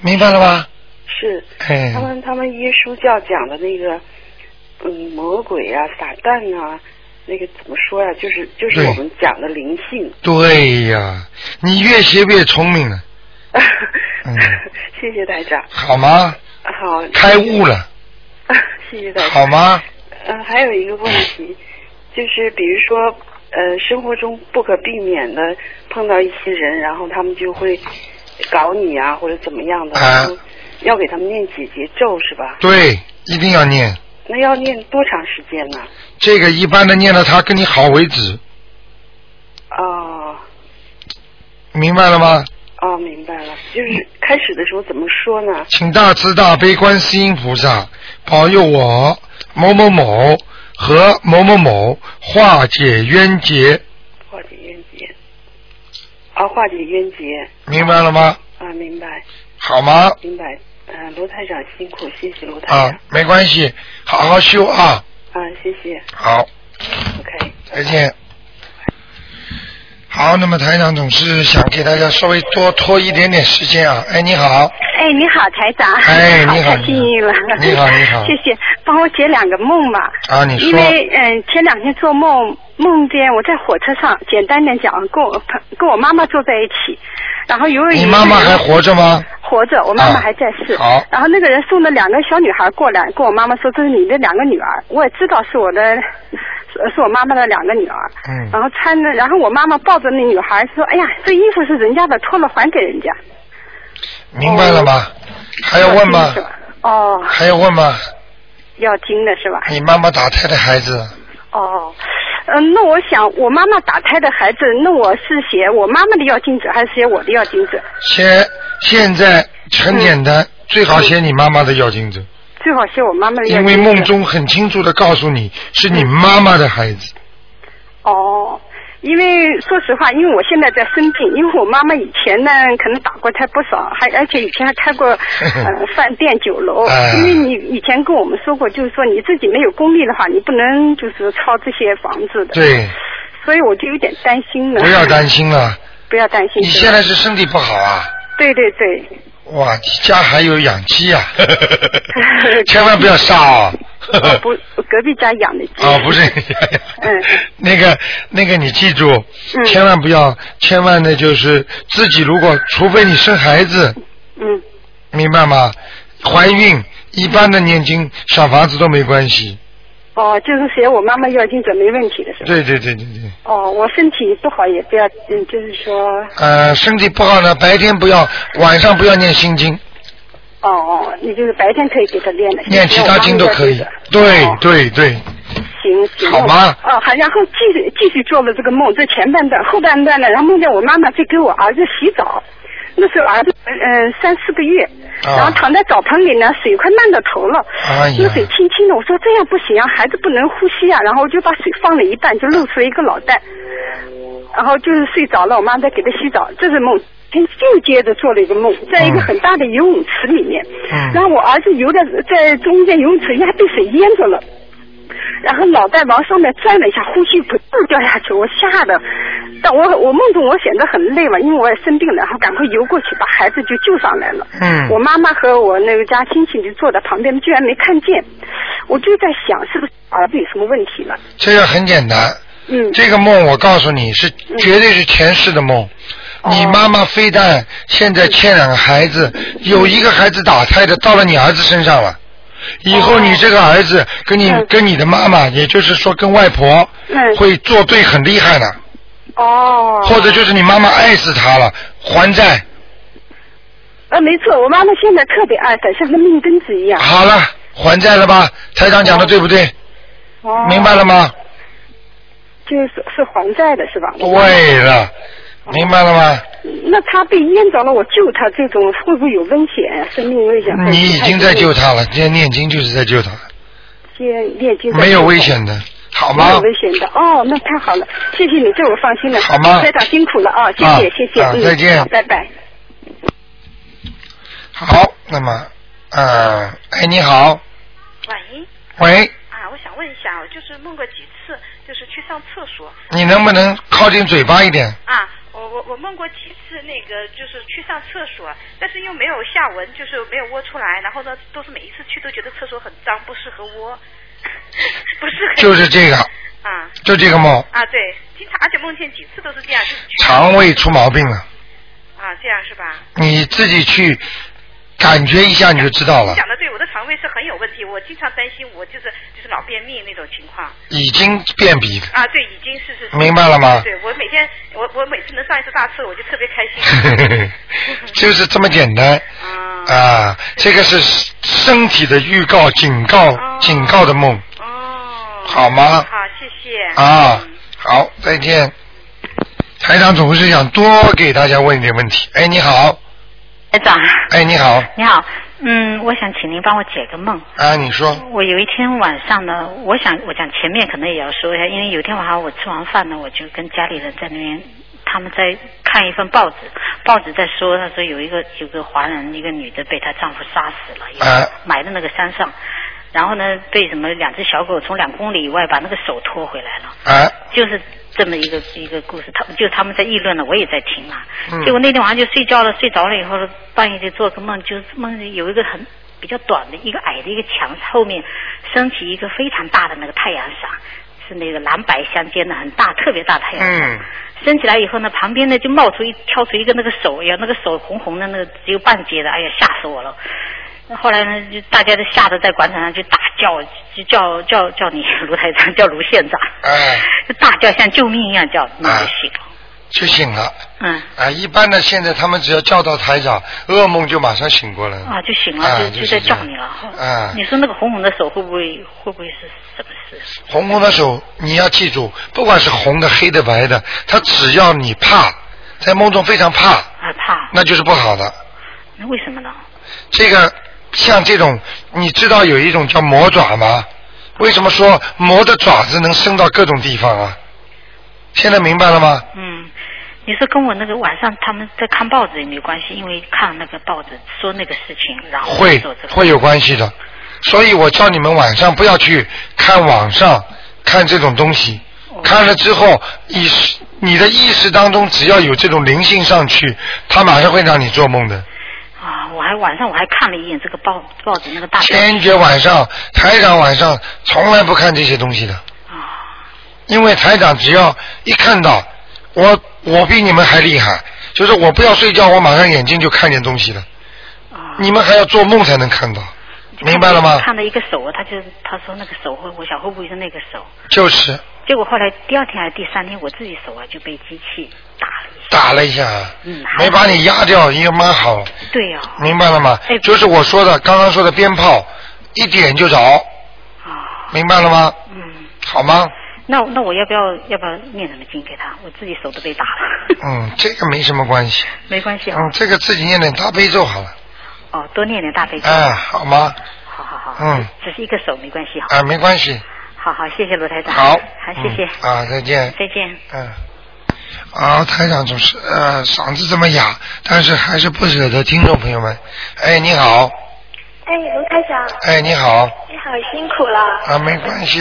Speaker 2: 明白了吗？
Speaker 14: 是
Speaker 2: 哎
Speaker 14: 哦他们他们耶稣教讲的那个，嗯，魔鬼啊，撒旦啊，那个怎么说呀、就是就是
Speaker 2: 对
Speaker 14: 我们讲的灵性。
Speaker 2: 对呀、你越学越聪明 了，嗯，
Speaker 14: 谢谢台长，
Speaker 2: 好吗？
Speaker 14: 好，
Speaker 2: 开悟了，
Speaker 14: 谢谢台长。
Speaker 2: 好吗？
Speaker 14: 嗯，还有一个问题，就是比如说，呃，生活中不可避免的碰到一些人，然后他们就会搞你啊，或者怎么样的，
Speaker 2: 啊
Speaker 14: 然后要给他们念姐姐咒是吧？
Speaker 2: 对，一定要念
Speaker 14: 那要念多长时间呢？
Speaker 2: 这个，一般的念到他跟你好为止，
Speaker 14: 哦
Speaker 2: 明白了吗？
Speaker 14: 哦，明白了，就是开始的时候怎么说呢？
Speaker 2: 请大慈大悲观世音菩萨保佑我某某某和某某某化解冤结，
Speaker 14: 化解冤结，啊，化解冤结
Speaker 2: 明白了吗？
Speaker 14: 啊，明白
Speaker 2: 好吗？
Speaker 14: 明白。嗯、罗台长辛苦，谢谢罗台长
Speaker 2: 啊，没关系，好好修啊。
Speaker 14: 啊，谢谢。
Speaker 2: 好，
Speaker 14: OK，
Speaker 2: 再见。好，那么台长总是想给大家稍微多拖一点点时间啊。哎，你好，
Speaker 15: 哎，你好，台长。
Speaker 2: 哎你好
Speaker 15: 太幸运了。
Speaker 2: 你好你好
Speaker 15: 谢谢，帮我解两个梦吧。
Speaker 2: 啊你说
Speaker 15: 因为嗯、前两天做梦，梦见我在火车上，简单点讲，跟我朋跟我妈妈坐在一起，然后有一
Speaker 2: 你妈妈还活着吗？啊
Speaker 15: 活着，我妈妈还在世。
Speaker 2: 好
Speaker 15: 然后那个人送了两个小女孩过来，跟我妈妈说这是你的两个女儿，我也知道是我的，是是我妈妈的两个女儿。
Speaker 2: 嗯
Speaker 15: 然后穿着，然后我妈妈抱着那女孩说：“哎呀，这衣服是人家的，脱了还给人家。
Speaker 2: 明白了吗？还要问吗
Speaker 15: 是？吧”哦，
Speaker 2: 还要问吗？
Speaker 15: 要经的是吧？
Speaker 2: 你妈妈打胎的孩子，
Speaker 15: 哦，嗯，那我想，我妈妈打胎的孩子，那我是写我妈妈的要经者，还是写我的要经者？
Speaker 2: 现现在很简单，最好写你妈妈的要经者，
Speaker 15: 最好写我妈妈的要
Speaker 2: 因
Speaker 15: 经者。
Speaker 2: 为梦中很清楚的告诉你是你妈妈的孩子。
Speaker 15: 哦，因为说实话，因为我现在在生病，因为我妈妈以前呢，可能打过胎不少，还而且以前还开 过呃饭店、酒楼。
Speaker 2: 哎
Speaker 15: 因为你以前跟我们说过，就是说你自己没有功力的话，你不能就是操这些房子的。。
Speaker 2: 对，
Speaker 15: 所以我就有点担心了。
Speaker 2: 不要担
Speaker 15: 心。
Speaker 2: 心了，
Speaker 15: 不要担心。
Speaker 2: 你
Speaker 15: 对吧
Speaker 2: 现在是身体不好啊。
Speaker 15: 对对 对，
Speaker 2: 哇，你家还有氧气 啊！千万不要杀哦！
Speaker 15: 哦不，隔壁家养的鸡。
Speaker 2: 哦，不是，
Speaker 15: 嗯，
Speaker 2: 那个那个，你记住，千万不要，千万的就是自己，如果除非你生孩子，
Speaker 15: 嗯，
Speaker 2: 明白吗？怀孕一般的念经小房子都没关系。
Speaker 15: 哦，就是写我妈妈要经者没问题的是吧？
Speaker 2: 对对对对对，
Speaker 15: 哦，我身体不好也不要，嗯，就是说，
Speaker 2: 呃，身体不好呢，白天不要，晚上不要念心经，
Speaker 15: 哦哦，你就是白天可以给他练的，
Speaker 2: 念其他经都可以
Speaker 15: 写我妈妈要经
Speaker 2: 对
Speaker 15: 者。
Speaker 2: 对对，
Speaker 15: 行行，
Speaker 2: 好吗
Speaker 15: 哦，好，然后继续继续做了这个梦，这前半段，后半段呢，然后梦见我妈妈在给我儿子洗澡，那时候儿子嗯、呃三四个月，
Speaker 2: 啊
Speaker 15: 然后躺在澡盆里呢，水快漫到头了，
Speaker 2: 哎呀
Speaker 15: 那水清清的，我说这样不行啊，孩子不能呼吸啊，然后我就把水放了一半，就露出了一个脑袋，然后就是睡着了，我妈在给他洗澡，这是梦。又接着做了一个梦，在一个很大的游泳池里面，
Speaker 2: 嗯
Speaker 15: 然后我儿子游的在中间游泳池，一下被水淹着了，然后脑袋往上面钻了一下，呼吸不住掉下去，我吓得，但我我梦中我显得很累嘛，因为我也生病了，然后赶快游过去把孩子就救上来了。
Speaker 2: 嗯
Speaker 15: 我妈妈和我那个家亲戚就坐在旁边，居然没看见，我就在想是不是儿子有什么问题了？
Speaker 2: 这个很简单。
Speaker 15: 嗯，
Speaker 2: 这个梦我告诉你是绝对是前世的梦。
Speaker 15: 哦
Speaker 2: 你妈妈非但现在欠两个孩子，
Speaker 15: 嗯
Speaker 2: 有一个孩子打胎的到了你儿子身上了。以后
Speaker 15: 哦
Speaker 2: 你这个儿子跟你、
Speaker 15: 嗯
Speaker 2: 跟你的妈妈，也就是说跟外婆，会作对很厉害的。
Speaker 15: 哦。
Speaker 2: 或者就是你妈妈爱死他了，还债。
Speaker 15: 呃，没错，我妈妈现在特别爱他，像个命根子一样。
Speaker 2: 好了，还债了吧？台长讲的对不对？
Speaker 15: 哦
Speaker 2: 明白了？吗？
Speaker 15: 就是是还债的是吧？我妈妈
Speaker 2: 对了，明白了吗？
Speaker 15: 那他被淹着了，我救他，这种会不会有危险？啊生命危险？
Speaker 2: 你已嗯经在救他了，今天念经就是在救他，
Speaker 15: 先念经。
Speaker 2: 没有危险。的，好吗？
Speaker 15: 没有危险的哦，那太好了，谢谢你，这我放心了。
Speaker 2: 好吗
Speaker 15: 台长辛苦了啊，谢
Speaker 2: 啊
Speaker 15: 谢谢谢，
Speaker 2: 啊
Speaker 15: 嗯，
Speaker 2: 再见
Speaker 15: 好拜拜。
Speaker 2: 好，那么，呃，哎，你好，
Speaker 16: 喂，
Speaker 2: 喂，
Speaker 16: 啊，我想问一下，我就是梦过几次，就是去上厕所。
Speaker 2: 你能不能靠近嘴巴一点？
Speaker 16: 啊，我我我梦过几次那个，就是去上厕所，但是又没有下文，就是没有窝出来。然后呢，都是每一次去都觉得厕所很脏，不适合窝， 不适合。
Speaker 2: 就是这个
Speaker 16: 啊。
Speaker 2: 就这个梦
Speaker 16: 啊，对，经常而且梦见几次都是这样，就是去
Speaker 2: 肠胃出毛病了，
Speaker 16: 啊，这样是吧？
Speaker 2: 你自己去感觉一下你就知道了
Speaker 16: 你，讲的对，我的肠胃是很有问题，我经常担心我就是就是老便秘那种情况。
Speaker 2: 已经变比了。
Speaker 16: 啊，对，已经是是。是
Speaker 2: 明白了吗
Speaker 16: 对，我每天我我每次能上一次大厕，我就特别开心。
Speaker 2: 就是这么简单。
Speaker 15: 嗯
Speaker 2: 啊，这个是身体的预告、警告、
Speaker 15: 哦
Speaker 2: 警告的梦。好吗？
Speaker 16: 好，谢谢。
Speaker 2: 啊，好，再见。台长总是想多给大家问一点问题。哎，你好，
Speaker 10: 台长，
Speaker 2: 哎，你好，
Speaker 10: 你好，嗯，我想请您帮我解个梦。
Speaker 2: 啊，你说，
Speaker 10: 我有一天晚上呢，我想我讲前面可能也要说一下，因为有一天晚上我吃完饭呢，我就跟家里人在那边，他们在看一份报纸，报纸在说，他说有一个有个华人一个女的被她丈夫杀死了，
Speaker 2: 啊
Speaker 10: 埋在那个山上。然后呢被什么两只小狗从两公里以外把那个手拖回来了，
Speaker 2: 哎，
Speaker 10: 就是这么一个一个故事，他们就他们在议论了，我也在听啊。
Speaker 2: 嗯
Speaker 10: 结果那天晚上就睡觉了，睡着了以后半夜就做个梦，就是梦里有一个很比较短的一个矮的一个墙后面升起一个非常大的那个太阳伞，是那个蓝白相间的很大特别大的
Speaker 16: 哎
Speaker 10: 太阳伞。
Speaker 17: 嗯
Speaker 10: 升起来以后呢，旁边呢就冒出一跳出一个那个手，哎呀，那个手红红的，那个只有半截的，哎呀，吓死我了。那后来呢，就大家都吓得在广场上就大叫，就叫叫叫你卢台长，叫卢县长，
Speaker 2: 哎，
Speaker 10: 就大叫像救命一样叫，那就醒了。
Speaker 2: 啊就醒了。
Speaker 10: 嗯，
Speaker 2: 啊，一般的现在他们只要叫到台长，噩梦就马上醒过来了。
Speaker 10: 啊，就醒了，
Speaker 2: 啊
Speaker 10: 就
Speaker 2: 就是
Speaker 10: 在
Speaker 2: 这样
Speaker 10: 叫你了。
Speaker 2: 啊
Speaker 10: 你说那个红红的手会不会会不会是什么事？
Speaker 2: 红红的手，你要记住，不管是红的、黑的、白的，它只要你怕，在梦中非常怕，
Speaker 10: 啊，怕？
Speaker 2: 那就是不好的。
Speaker 10: 那为什么呢？
Speaker 2: 这个像这种，你知道有一种叫魔爪吗？为什么说魔的爪子能伸到各种地方啊？现在明白了吗？
Speaker 10: 嗯，你说跟我那个晚上他们在看报纸也没有关系，因为看那个报纸说那个事情，然后
Speaker 2: 会
Speaker 10: 做这个
Speaker 2: 会有关系的，所以我叫你们晚上不要去看网上看这种东西，
Speaker 10: 哦
Speaker 2: 看了之后意识你的意识当中只要有这种灵性上去，它马上会让你做梦的。
Speaker 10: 啊，我还晚上我还看了一眼这个报报纸那个大标题
Speaker 2: 坚决晚上台长晚上从来不看这些东西的，因为台长只要一看到我我比你们还厉害，就是我不要睡觉，我马上眼睛就看见东西了，你们还要做梦才能看到，明白了吗？
Speaker 10: 看到一个手，他就他说那个手会，我想会不会是那个手？
Speaker 2: 就是
Speaker 10: 结果后来第二天还是第三天，我自己手啊就被机器
Speaker 2: 打了一下，
Speaker 10: 嗯
Speaker 2: 没把你压掉，也蛮好，
Speaker 10: 对呀、
Speaker 2: 明白了吗？就是我说的，刚刚说的鞭炮一点就着，明白了吗？嗯，好吗？
Speaker 10: 那那我要不要要不要念什么经给他？我自己手都被打了，
Speaker 2: 嗯，这个没什么关系。
Speaker 10: 没关系啊、
Speaker 2: 嗯，这个自己念点大悲咒好了，
Speaker 10: 哦，多念点大悲咒。
Speaker 2: 哎，好吗？
Speaker 10: 好好好，
Speaker 2: 嗯，
Speaker 10: 只是一个手没关系哈。
Speaker 2: 啊，没关系，
Speaker 10: 好好，谢谢罗台长。
Speaker 2: 好，
Speaker 10: 好，谢谢，
Speaker 2: 嗯啊，再见，
Speaker 10: 再见。
Speaker 2: 嗯。啊，台长总是呃嗓子这么哑，但是还是不舍得听众朋友们。哎，你好，
Speaker 18: 哎，卢台长，
Speaker 2: 哎，你好，
Speaker 18: 你好辛苦了。
Speaker 2: 啊，没关系，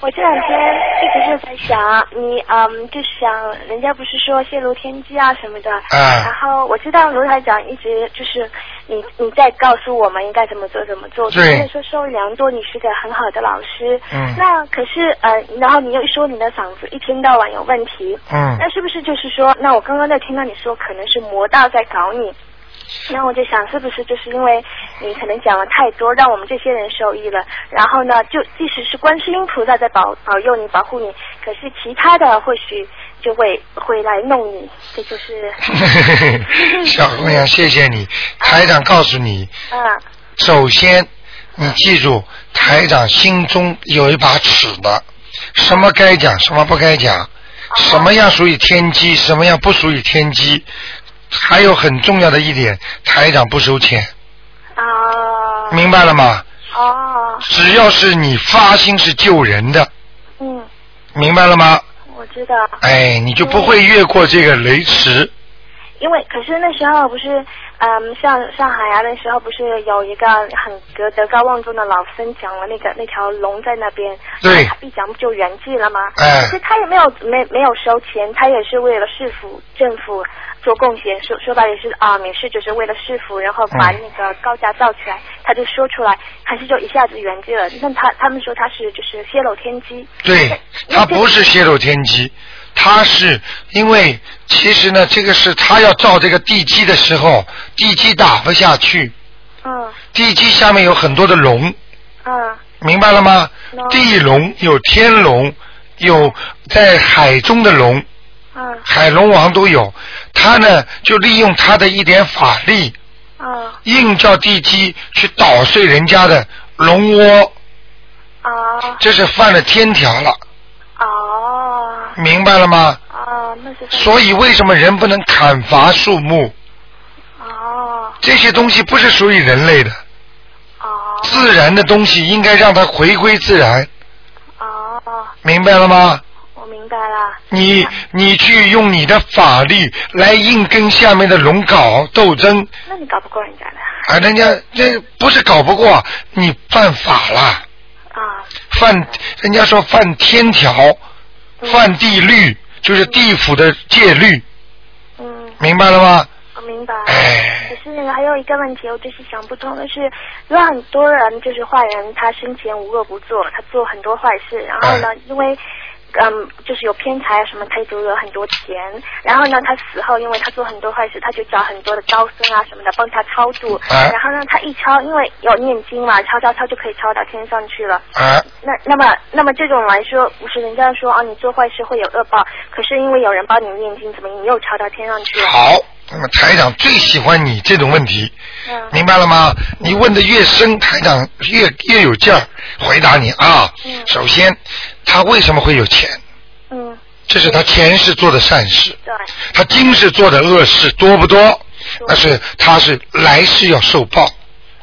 Speaker 18: 我这两天一直是在想你，嗯，就是想人家不是说泄露天机啊什么的，然后我知道卢台长一直就是你你在告诉我们应该怎么做怎么做，
Speaker 17: 对
Speaker 18: 就是说收良多，你是个很好的老师，
Speaker 17: 嗯
Speaker 18: 那可是呃，然后你又说你的嗓子一天到晚有问题，
Speaker 17: 嗯
Speaker 18: 那是不是就是说，那我刚刚在听到你说可能是魔道在搞你，那我就想，是不是就是因为你可能讲了太多，让我们这些人受益了？然后呢，就即使是观世音菩萨在保保佑你、保护你，可是其他的或许就会会来弄你，这就是
Speaker 2: 小姑娘，谢谢你。台长告诉你，
Speaker 18: 嗯
Speaker 2: 首先，你记住，台长心中有一把尺的，什么该讲，什么不该讲，什么样属于天机，什么样不属于天机。还有很重要的一点，台长不收钱。啊。明白了吗？
Speaker 18: 哦，
Speaker 2: 只要是你发心是救人的，
Speaker 18: 嗯，
Speaker 2: 明白了吗？
Speaker 18: 我知道。
Speaker 2: 哎，你就不会越过这个雷池。
Speaker 18: 因为可是那时候不是，嗯，上上海啊，那时候不是有一个很德德高望重的老僧讲了那个那条龙在那边，
Speaker 2: 对
Speaker 18: 他一讲不就圆寂了吗？
Speaker 2: 哎
Speaker 18: 其实他也没有没没有收钱，他也是为了市府政府做贡献，说说白了也是啊，也是就是为了市府，然后把
Speaker 17: 嗯
Speaker 18: 那个高架造起来，他就说出来，还是就一下子圆寂了。那他他们说他是就是泄露天机，
Speaker 2: 对， 他不是泄露天机，他是因为其实呢，这个是他要造这个地基的时候，地基打不下去。
Speaker 18: 嗯。
Speaker 2: 地基下面有很多的龙，
Speaker 18: 嗯
Speaker 2: 明白了吗？地龙有天龙，有在海中的龙，
Speaker 18: 嗯
Speaker 2: 海龙王都有。他呢，就利用他的一点法力，
Speaker 18: 嗯
Speaker 2: 硬叫地基去捣碎人家的龙窝。
Speaker 18: 啊
Speaker 2: 这是犯了天条了。
Speaker 18: 哦。
Speaker 2: 明白了吗？
Speaker 18: 哦，那是
Speaker 2: 所以为什么人不能砍伐树木？哦。这些东西不是属于人类的。哦。自然的东西应该让它回归自然。哦。明白了吗？
Speaker 18: 我明白了。
Speaker 2: 你你去用你的法力来硬跟下面的龙搞斗争
Speaker 18: 那你搞不过人家的。
Speaker 2: 啊，人家这不是搞不过，你犯法了。啊。犯，人家说犯天条，犯地律，就是地府的戒律。嗯。明白了吗？
Speaker 18: 我明白。可是那个还有一个问题，我就是想不通的是，有很多人就是坏人，他生前无恶不作，他做很多坏事，然后呢，因为。嗯，就是有偏财啊什么，他就有很多钱。然后呢，他死后，因为他做很多坏事，他就找很多的高僧啊什么的帮他超度。
Speaker 2: 哎
Speaker 18: 然后呢，他一超，因为有念经嘛，超超超就可以超到天上去了。
Speaker 2: 啊。
Speaker 18: 那那么那么这种来说，不是人家说啊，你做坏事会有恶报，可是因为有人帮你念经，怎么你又超到天上去了？
Speaker 2: 好，那么台长最喜欢你这种问题，明白了吗？你问的越深，台长越越有劲儿回答你啊。首先，他为什么会有钱？
Speaker 18: 嗯。
Speaker 2: 这是他前世做的善事，他今世做的恶事多不多？那是他是来世要受报，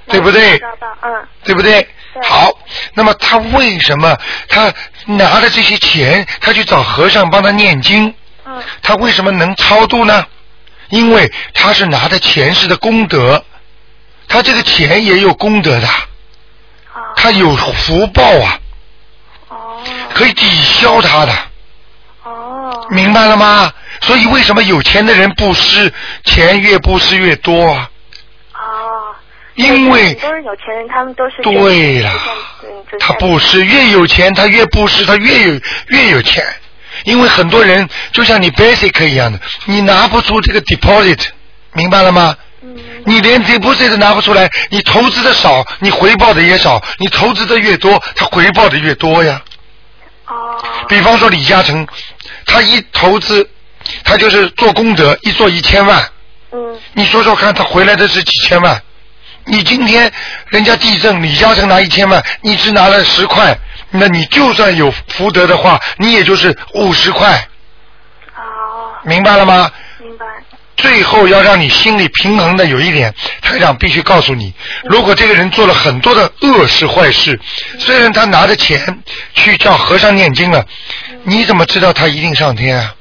Speaker 2: 对不对？
Speaker 18: 嗯。
Speaker 2: 对不对？好，那么他为什么他拿着这些钱，他去找和尚帮他念经？
Speaker 18: 嗯。
Speaker 2: 他为什么能超度呢？因为他是拿着前世的功德，他这个钱也有功德的，他有福报啊。可以抵消他的。明白了吗？所以为什么有钱的人布施，钱越布施越多啊？因为
Speaker 18: 很多人有钱人，他们都是
Speaker 2: 对了
Speaker 18: 嗯，就
Speaker 2: 他布施越有钱，他越布施，他越有越有钱。因为很多人就像你 basic 一样的，你拿不出这个 deposit，明白了吗？你连 deposit 拿不出来，你投资的少，你回报的也少。你投资的越多，他回报的越多呀。比方说李嘉诚，他一投资，他就是做功德，一做一千万。嗯。你说说看，他回来的是几千万？你今天人家地震，李嘉诚拿一千万，你只拿了十块，那你就算有福德的话，你也就是五十块。哦。明白了吗？
Speaker 18: 明白。
Speaker 2: 最后要让你心里平衡的有一点，台长必须告诉你，
Speaker 18: 嗯
Speaker 2: 如果这个人做了很多的恶事坏事，虽然他拿着钱去叫和尚念经了，
Speaker 18: 嗯
Speaker 2: 你怎么知道他一定上天啊？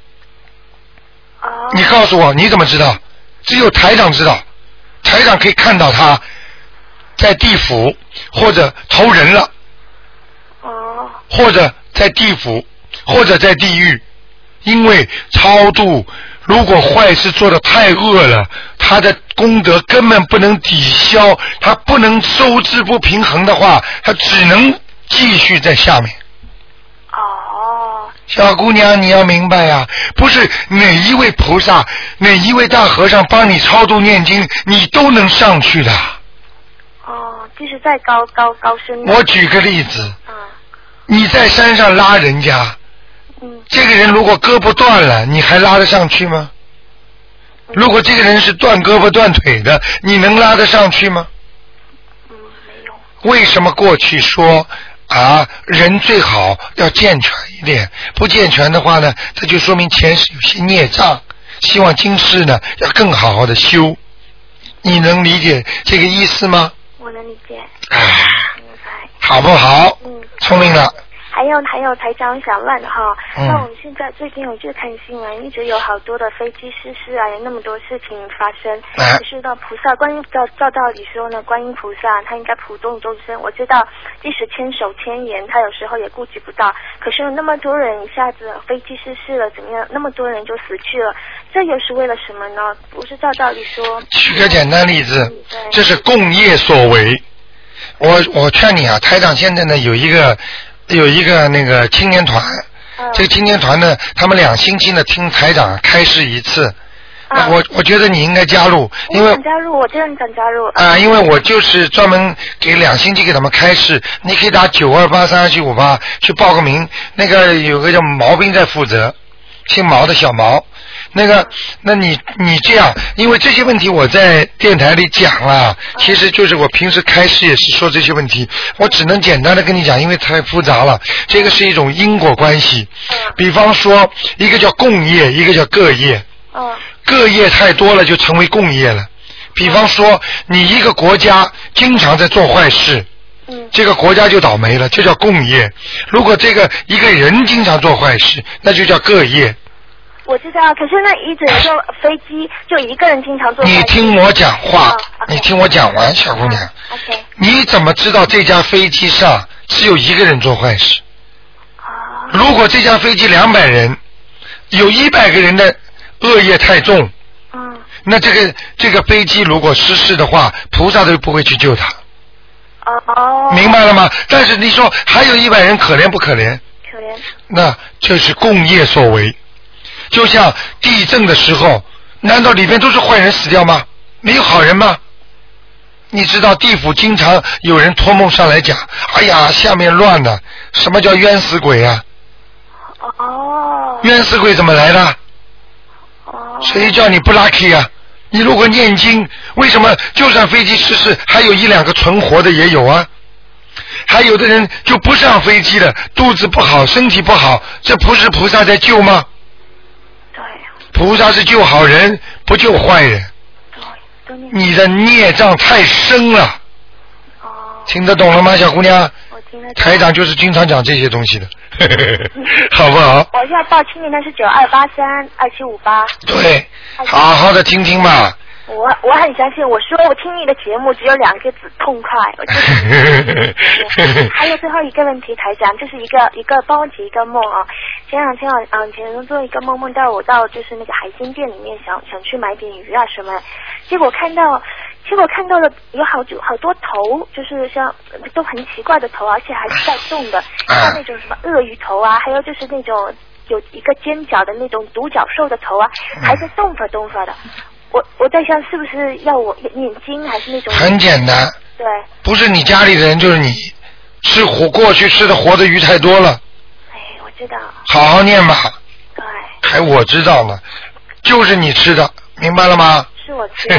Speaker 18: 哦
Speaker 2: 你告诉我，你怎么知道？只有台长知道，台长可以看到他在地府或者投人了，或者在地府或者在地狱，因为超度，如果坏事做的太恶了，他的功德根本不能抵消，他不能收支不平衡的话，他只能继续在下面。哦。小姑娘，你要明白呀、不是哪一位菩萨、哪一位大和尚帮你超度念经，你都能上去的。
Speaker 18: 哦，即使再高高高深，
Speaker 2: 我举个例子，你在山上拉人家，这个人如果胳膊断了，你还拉得上去吗？如果这个人是断胳膊断腿的，你能拉得上去吗？为什么过去说啊，人最好要健全一点，不健全的话呢，这就说明前世有些孽障，希望今世呢要更好好的修。你能理解这个意思吗？
Speaker 18: 我能理解。嗯
Speaker 2: 好不好？聪明了。
Speaker 18: 还有还有，台长想问哈，
Speaker 2: 嗯
Speaker 18: 那我们现在最近我就看新闻，一直有好多的飞机失事啊，有那么多事情发生。
Speaker 2: 哎
Speaker 18: 可是呢，菩萨观音照照道理说呢，观音菩萨他应该普度众生。我知道，即使千手千眼，他有时候也顾及不到。可是那么多人一下子飞机失事了，怎么样？那么多人就死去了，这又是为了什么呢？不是照道理说，
Speaker 2: 举个简单例子，这是共业所为。我我劝你啊，台长现在呢有一个有一个那个青年团，这个青年团呢，他们两星期呢听台长开示一次。那我我觉得你应该加入，因为
Speaker 18: 想加入，我真的想加入。
Speaker 2: 啊，因为我就是专门给两星期给他们开示，你可以打九二八三二七五八去报个名。那个有个叫毛兵在负责，姓毛的小毛。那个，那你你这样，因为这些问题我在电台里讲了，其实就是我平时开始也是说这些问题，我只能简单的跟你讲，因为太复杂了。这个是一种因果关系，比方说一个叫共业，一个叫各业。各业太多了就成为共业了。比方说，你一个国家经常在做坏事，这个国家就倒霉了，这叫共业。如果这个一个人经常做坏事，那就叫各业。
Speaker 18: 我知道，可是那一整个飞机就一个人经常坐在。
Speaker 2: 你听我讲话
Speaker 18: 哦，
Speaker 2: 你听我讲完，小姑娘，
Speaker 18: OK，
Speaker 2: 你怎么知道这架飞机上只有一个人做坏事？
Speaker 18: 哦
Speaker 2: 如果这架飞机两百人，有一百个人的恶业太重，
Speaker 18: 嗯
Speaker 2: 那这个这个飞机如果失事的话，菩萨都不会去救他。
Speaker 18: 哦
Speaker 2: 明白了吗？但是你说还有一百人可怜不可怜？
Speaker 18: 可怜。
Speaker 2: 那这是共业所为。就像地震的时候，难道里边都是坏人死掉吗？没有好人吗？你知道地府经常有人托梦上来讲，哎呀，下面乱了，什么叫冤死鬼啊？哦。冤死鬼怎么来的？哦。谁叫你不 lucky 啊？你如果念经，为什么就算飞机失事，还有一两个存活的也有啊？还有的人就不上飞机了，肚子不好，身体不好，这不是菩萨在救吗？对。菩萨是救好人，不救坏人。你的孽障太深了。听得懂了吗，小姑娘？台长就是经常讲这些东西的，好不好？
Speaker 18: 嗯我要报清明的是九二八三二七五八。
Speaker 2: 对，好好的听听嘛。
Speaker 18: 我我很相信，我说我听你的节目只有两个字痛快。我就是还有最后一个问题，台长，就是一个一个帮我解一个梦啊。前两天晚嗯，前天做一个梦，梦到我到就是那个海鲜店里面想想去买点鱼啊什么，结果看到结果看到了有好久好多头，就是像都很奇怪的头，而且还是在动的，
Speaker 2: 哎
Speaker 18: 像那种什么鳄鱼头啊，还有就是那种有一个尖角的那种独角兽的头啊，
Speaker 2: 嗯
Speaker 18: 还在动发动发的。我我在想是不是要我念经还是那种？
Speaker 2: 很简单。
Speaker 18: 对，
Speaker 2: 不是你家里的人就是你，吃活过去吃的活的鱼太多了。哎，我知道。好好念吧。对。还我知道呢，就是你吃的，明白了吗？
Speaker 18: 是我啊知道。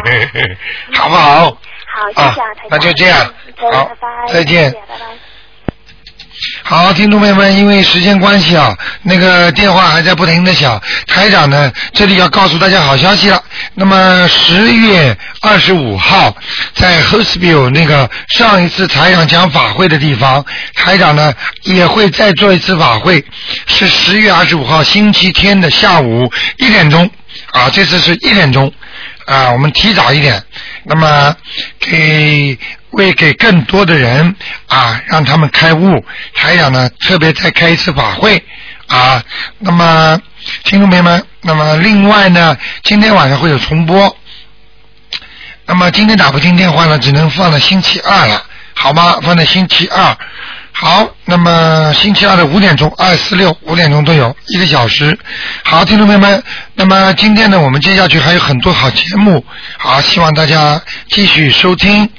Speaker 2: 好不好？
Speaker 18: 好，谢
Speaker 2: 啊
Speaker 18: 谢啊，台长。
Speaker 2: 那就这样
Speaker 18: 嗯再见
Speaker 2: 好
Speaker 18: 拜拜。
Speaker 2: 再见
Speaker 18: 谢谢拜拜。
Speaker 2: 好，听众朋友们，因为时间关系啊，那个电话还在不停的响。台长呢，这里要告诉大家好消息了。那么十月二十五号，在 h o s p i l 那个上一次台长讲法会的地方，台长呢也会再做一次法会，是十月二十五号星期天的下午一点钟啊，这次是一点钟。啊，我们提早一点，那么给为给更多的人啊，让他们开悟。还有呢，特别再开一次法会啊。那么，听众朋友们，那么另外呢，今天晚上会有重播。那么今天打不进电话呢，只能放到星期二了，好吗？放到星期二。好，那么星期二的五点钟，二四六五点钟都有一个小时。好，听众朋友们，那么今天呢，我们接下去还有很多好节目，好，希望大家继续收听。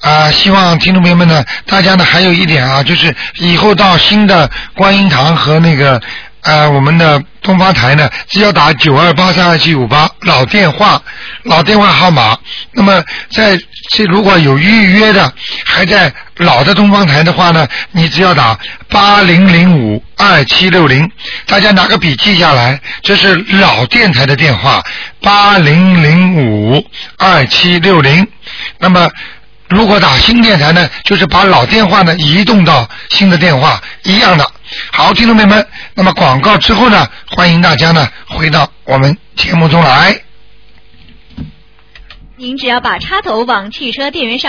Speaker 2: 啊，希望听众朋友们呢，大家呢还有一点啊，就是以后到新的观音堂和那个呃我们的东方台呢，只要打九二八三二七五八老电话，老电话号码。那么在这如果有预约的，还在老的东方台的话呢，你只要打八零零五二七六零，大家拿个笔记下来，这是老电台的电话，八零零五二七六零。那么如果打新电台呢，就是把老电话呢移动到新的电话，一样的。好，听众朋友们，那么广告之后呢，欢迎大家呢回到我们节目中来。
Speaker 17: 您只要把插头往汽车电源上。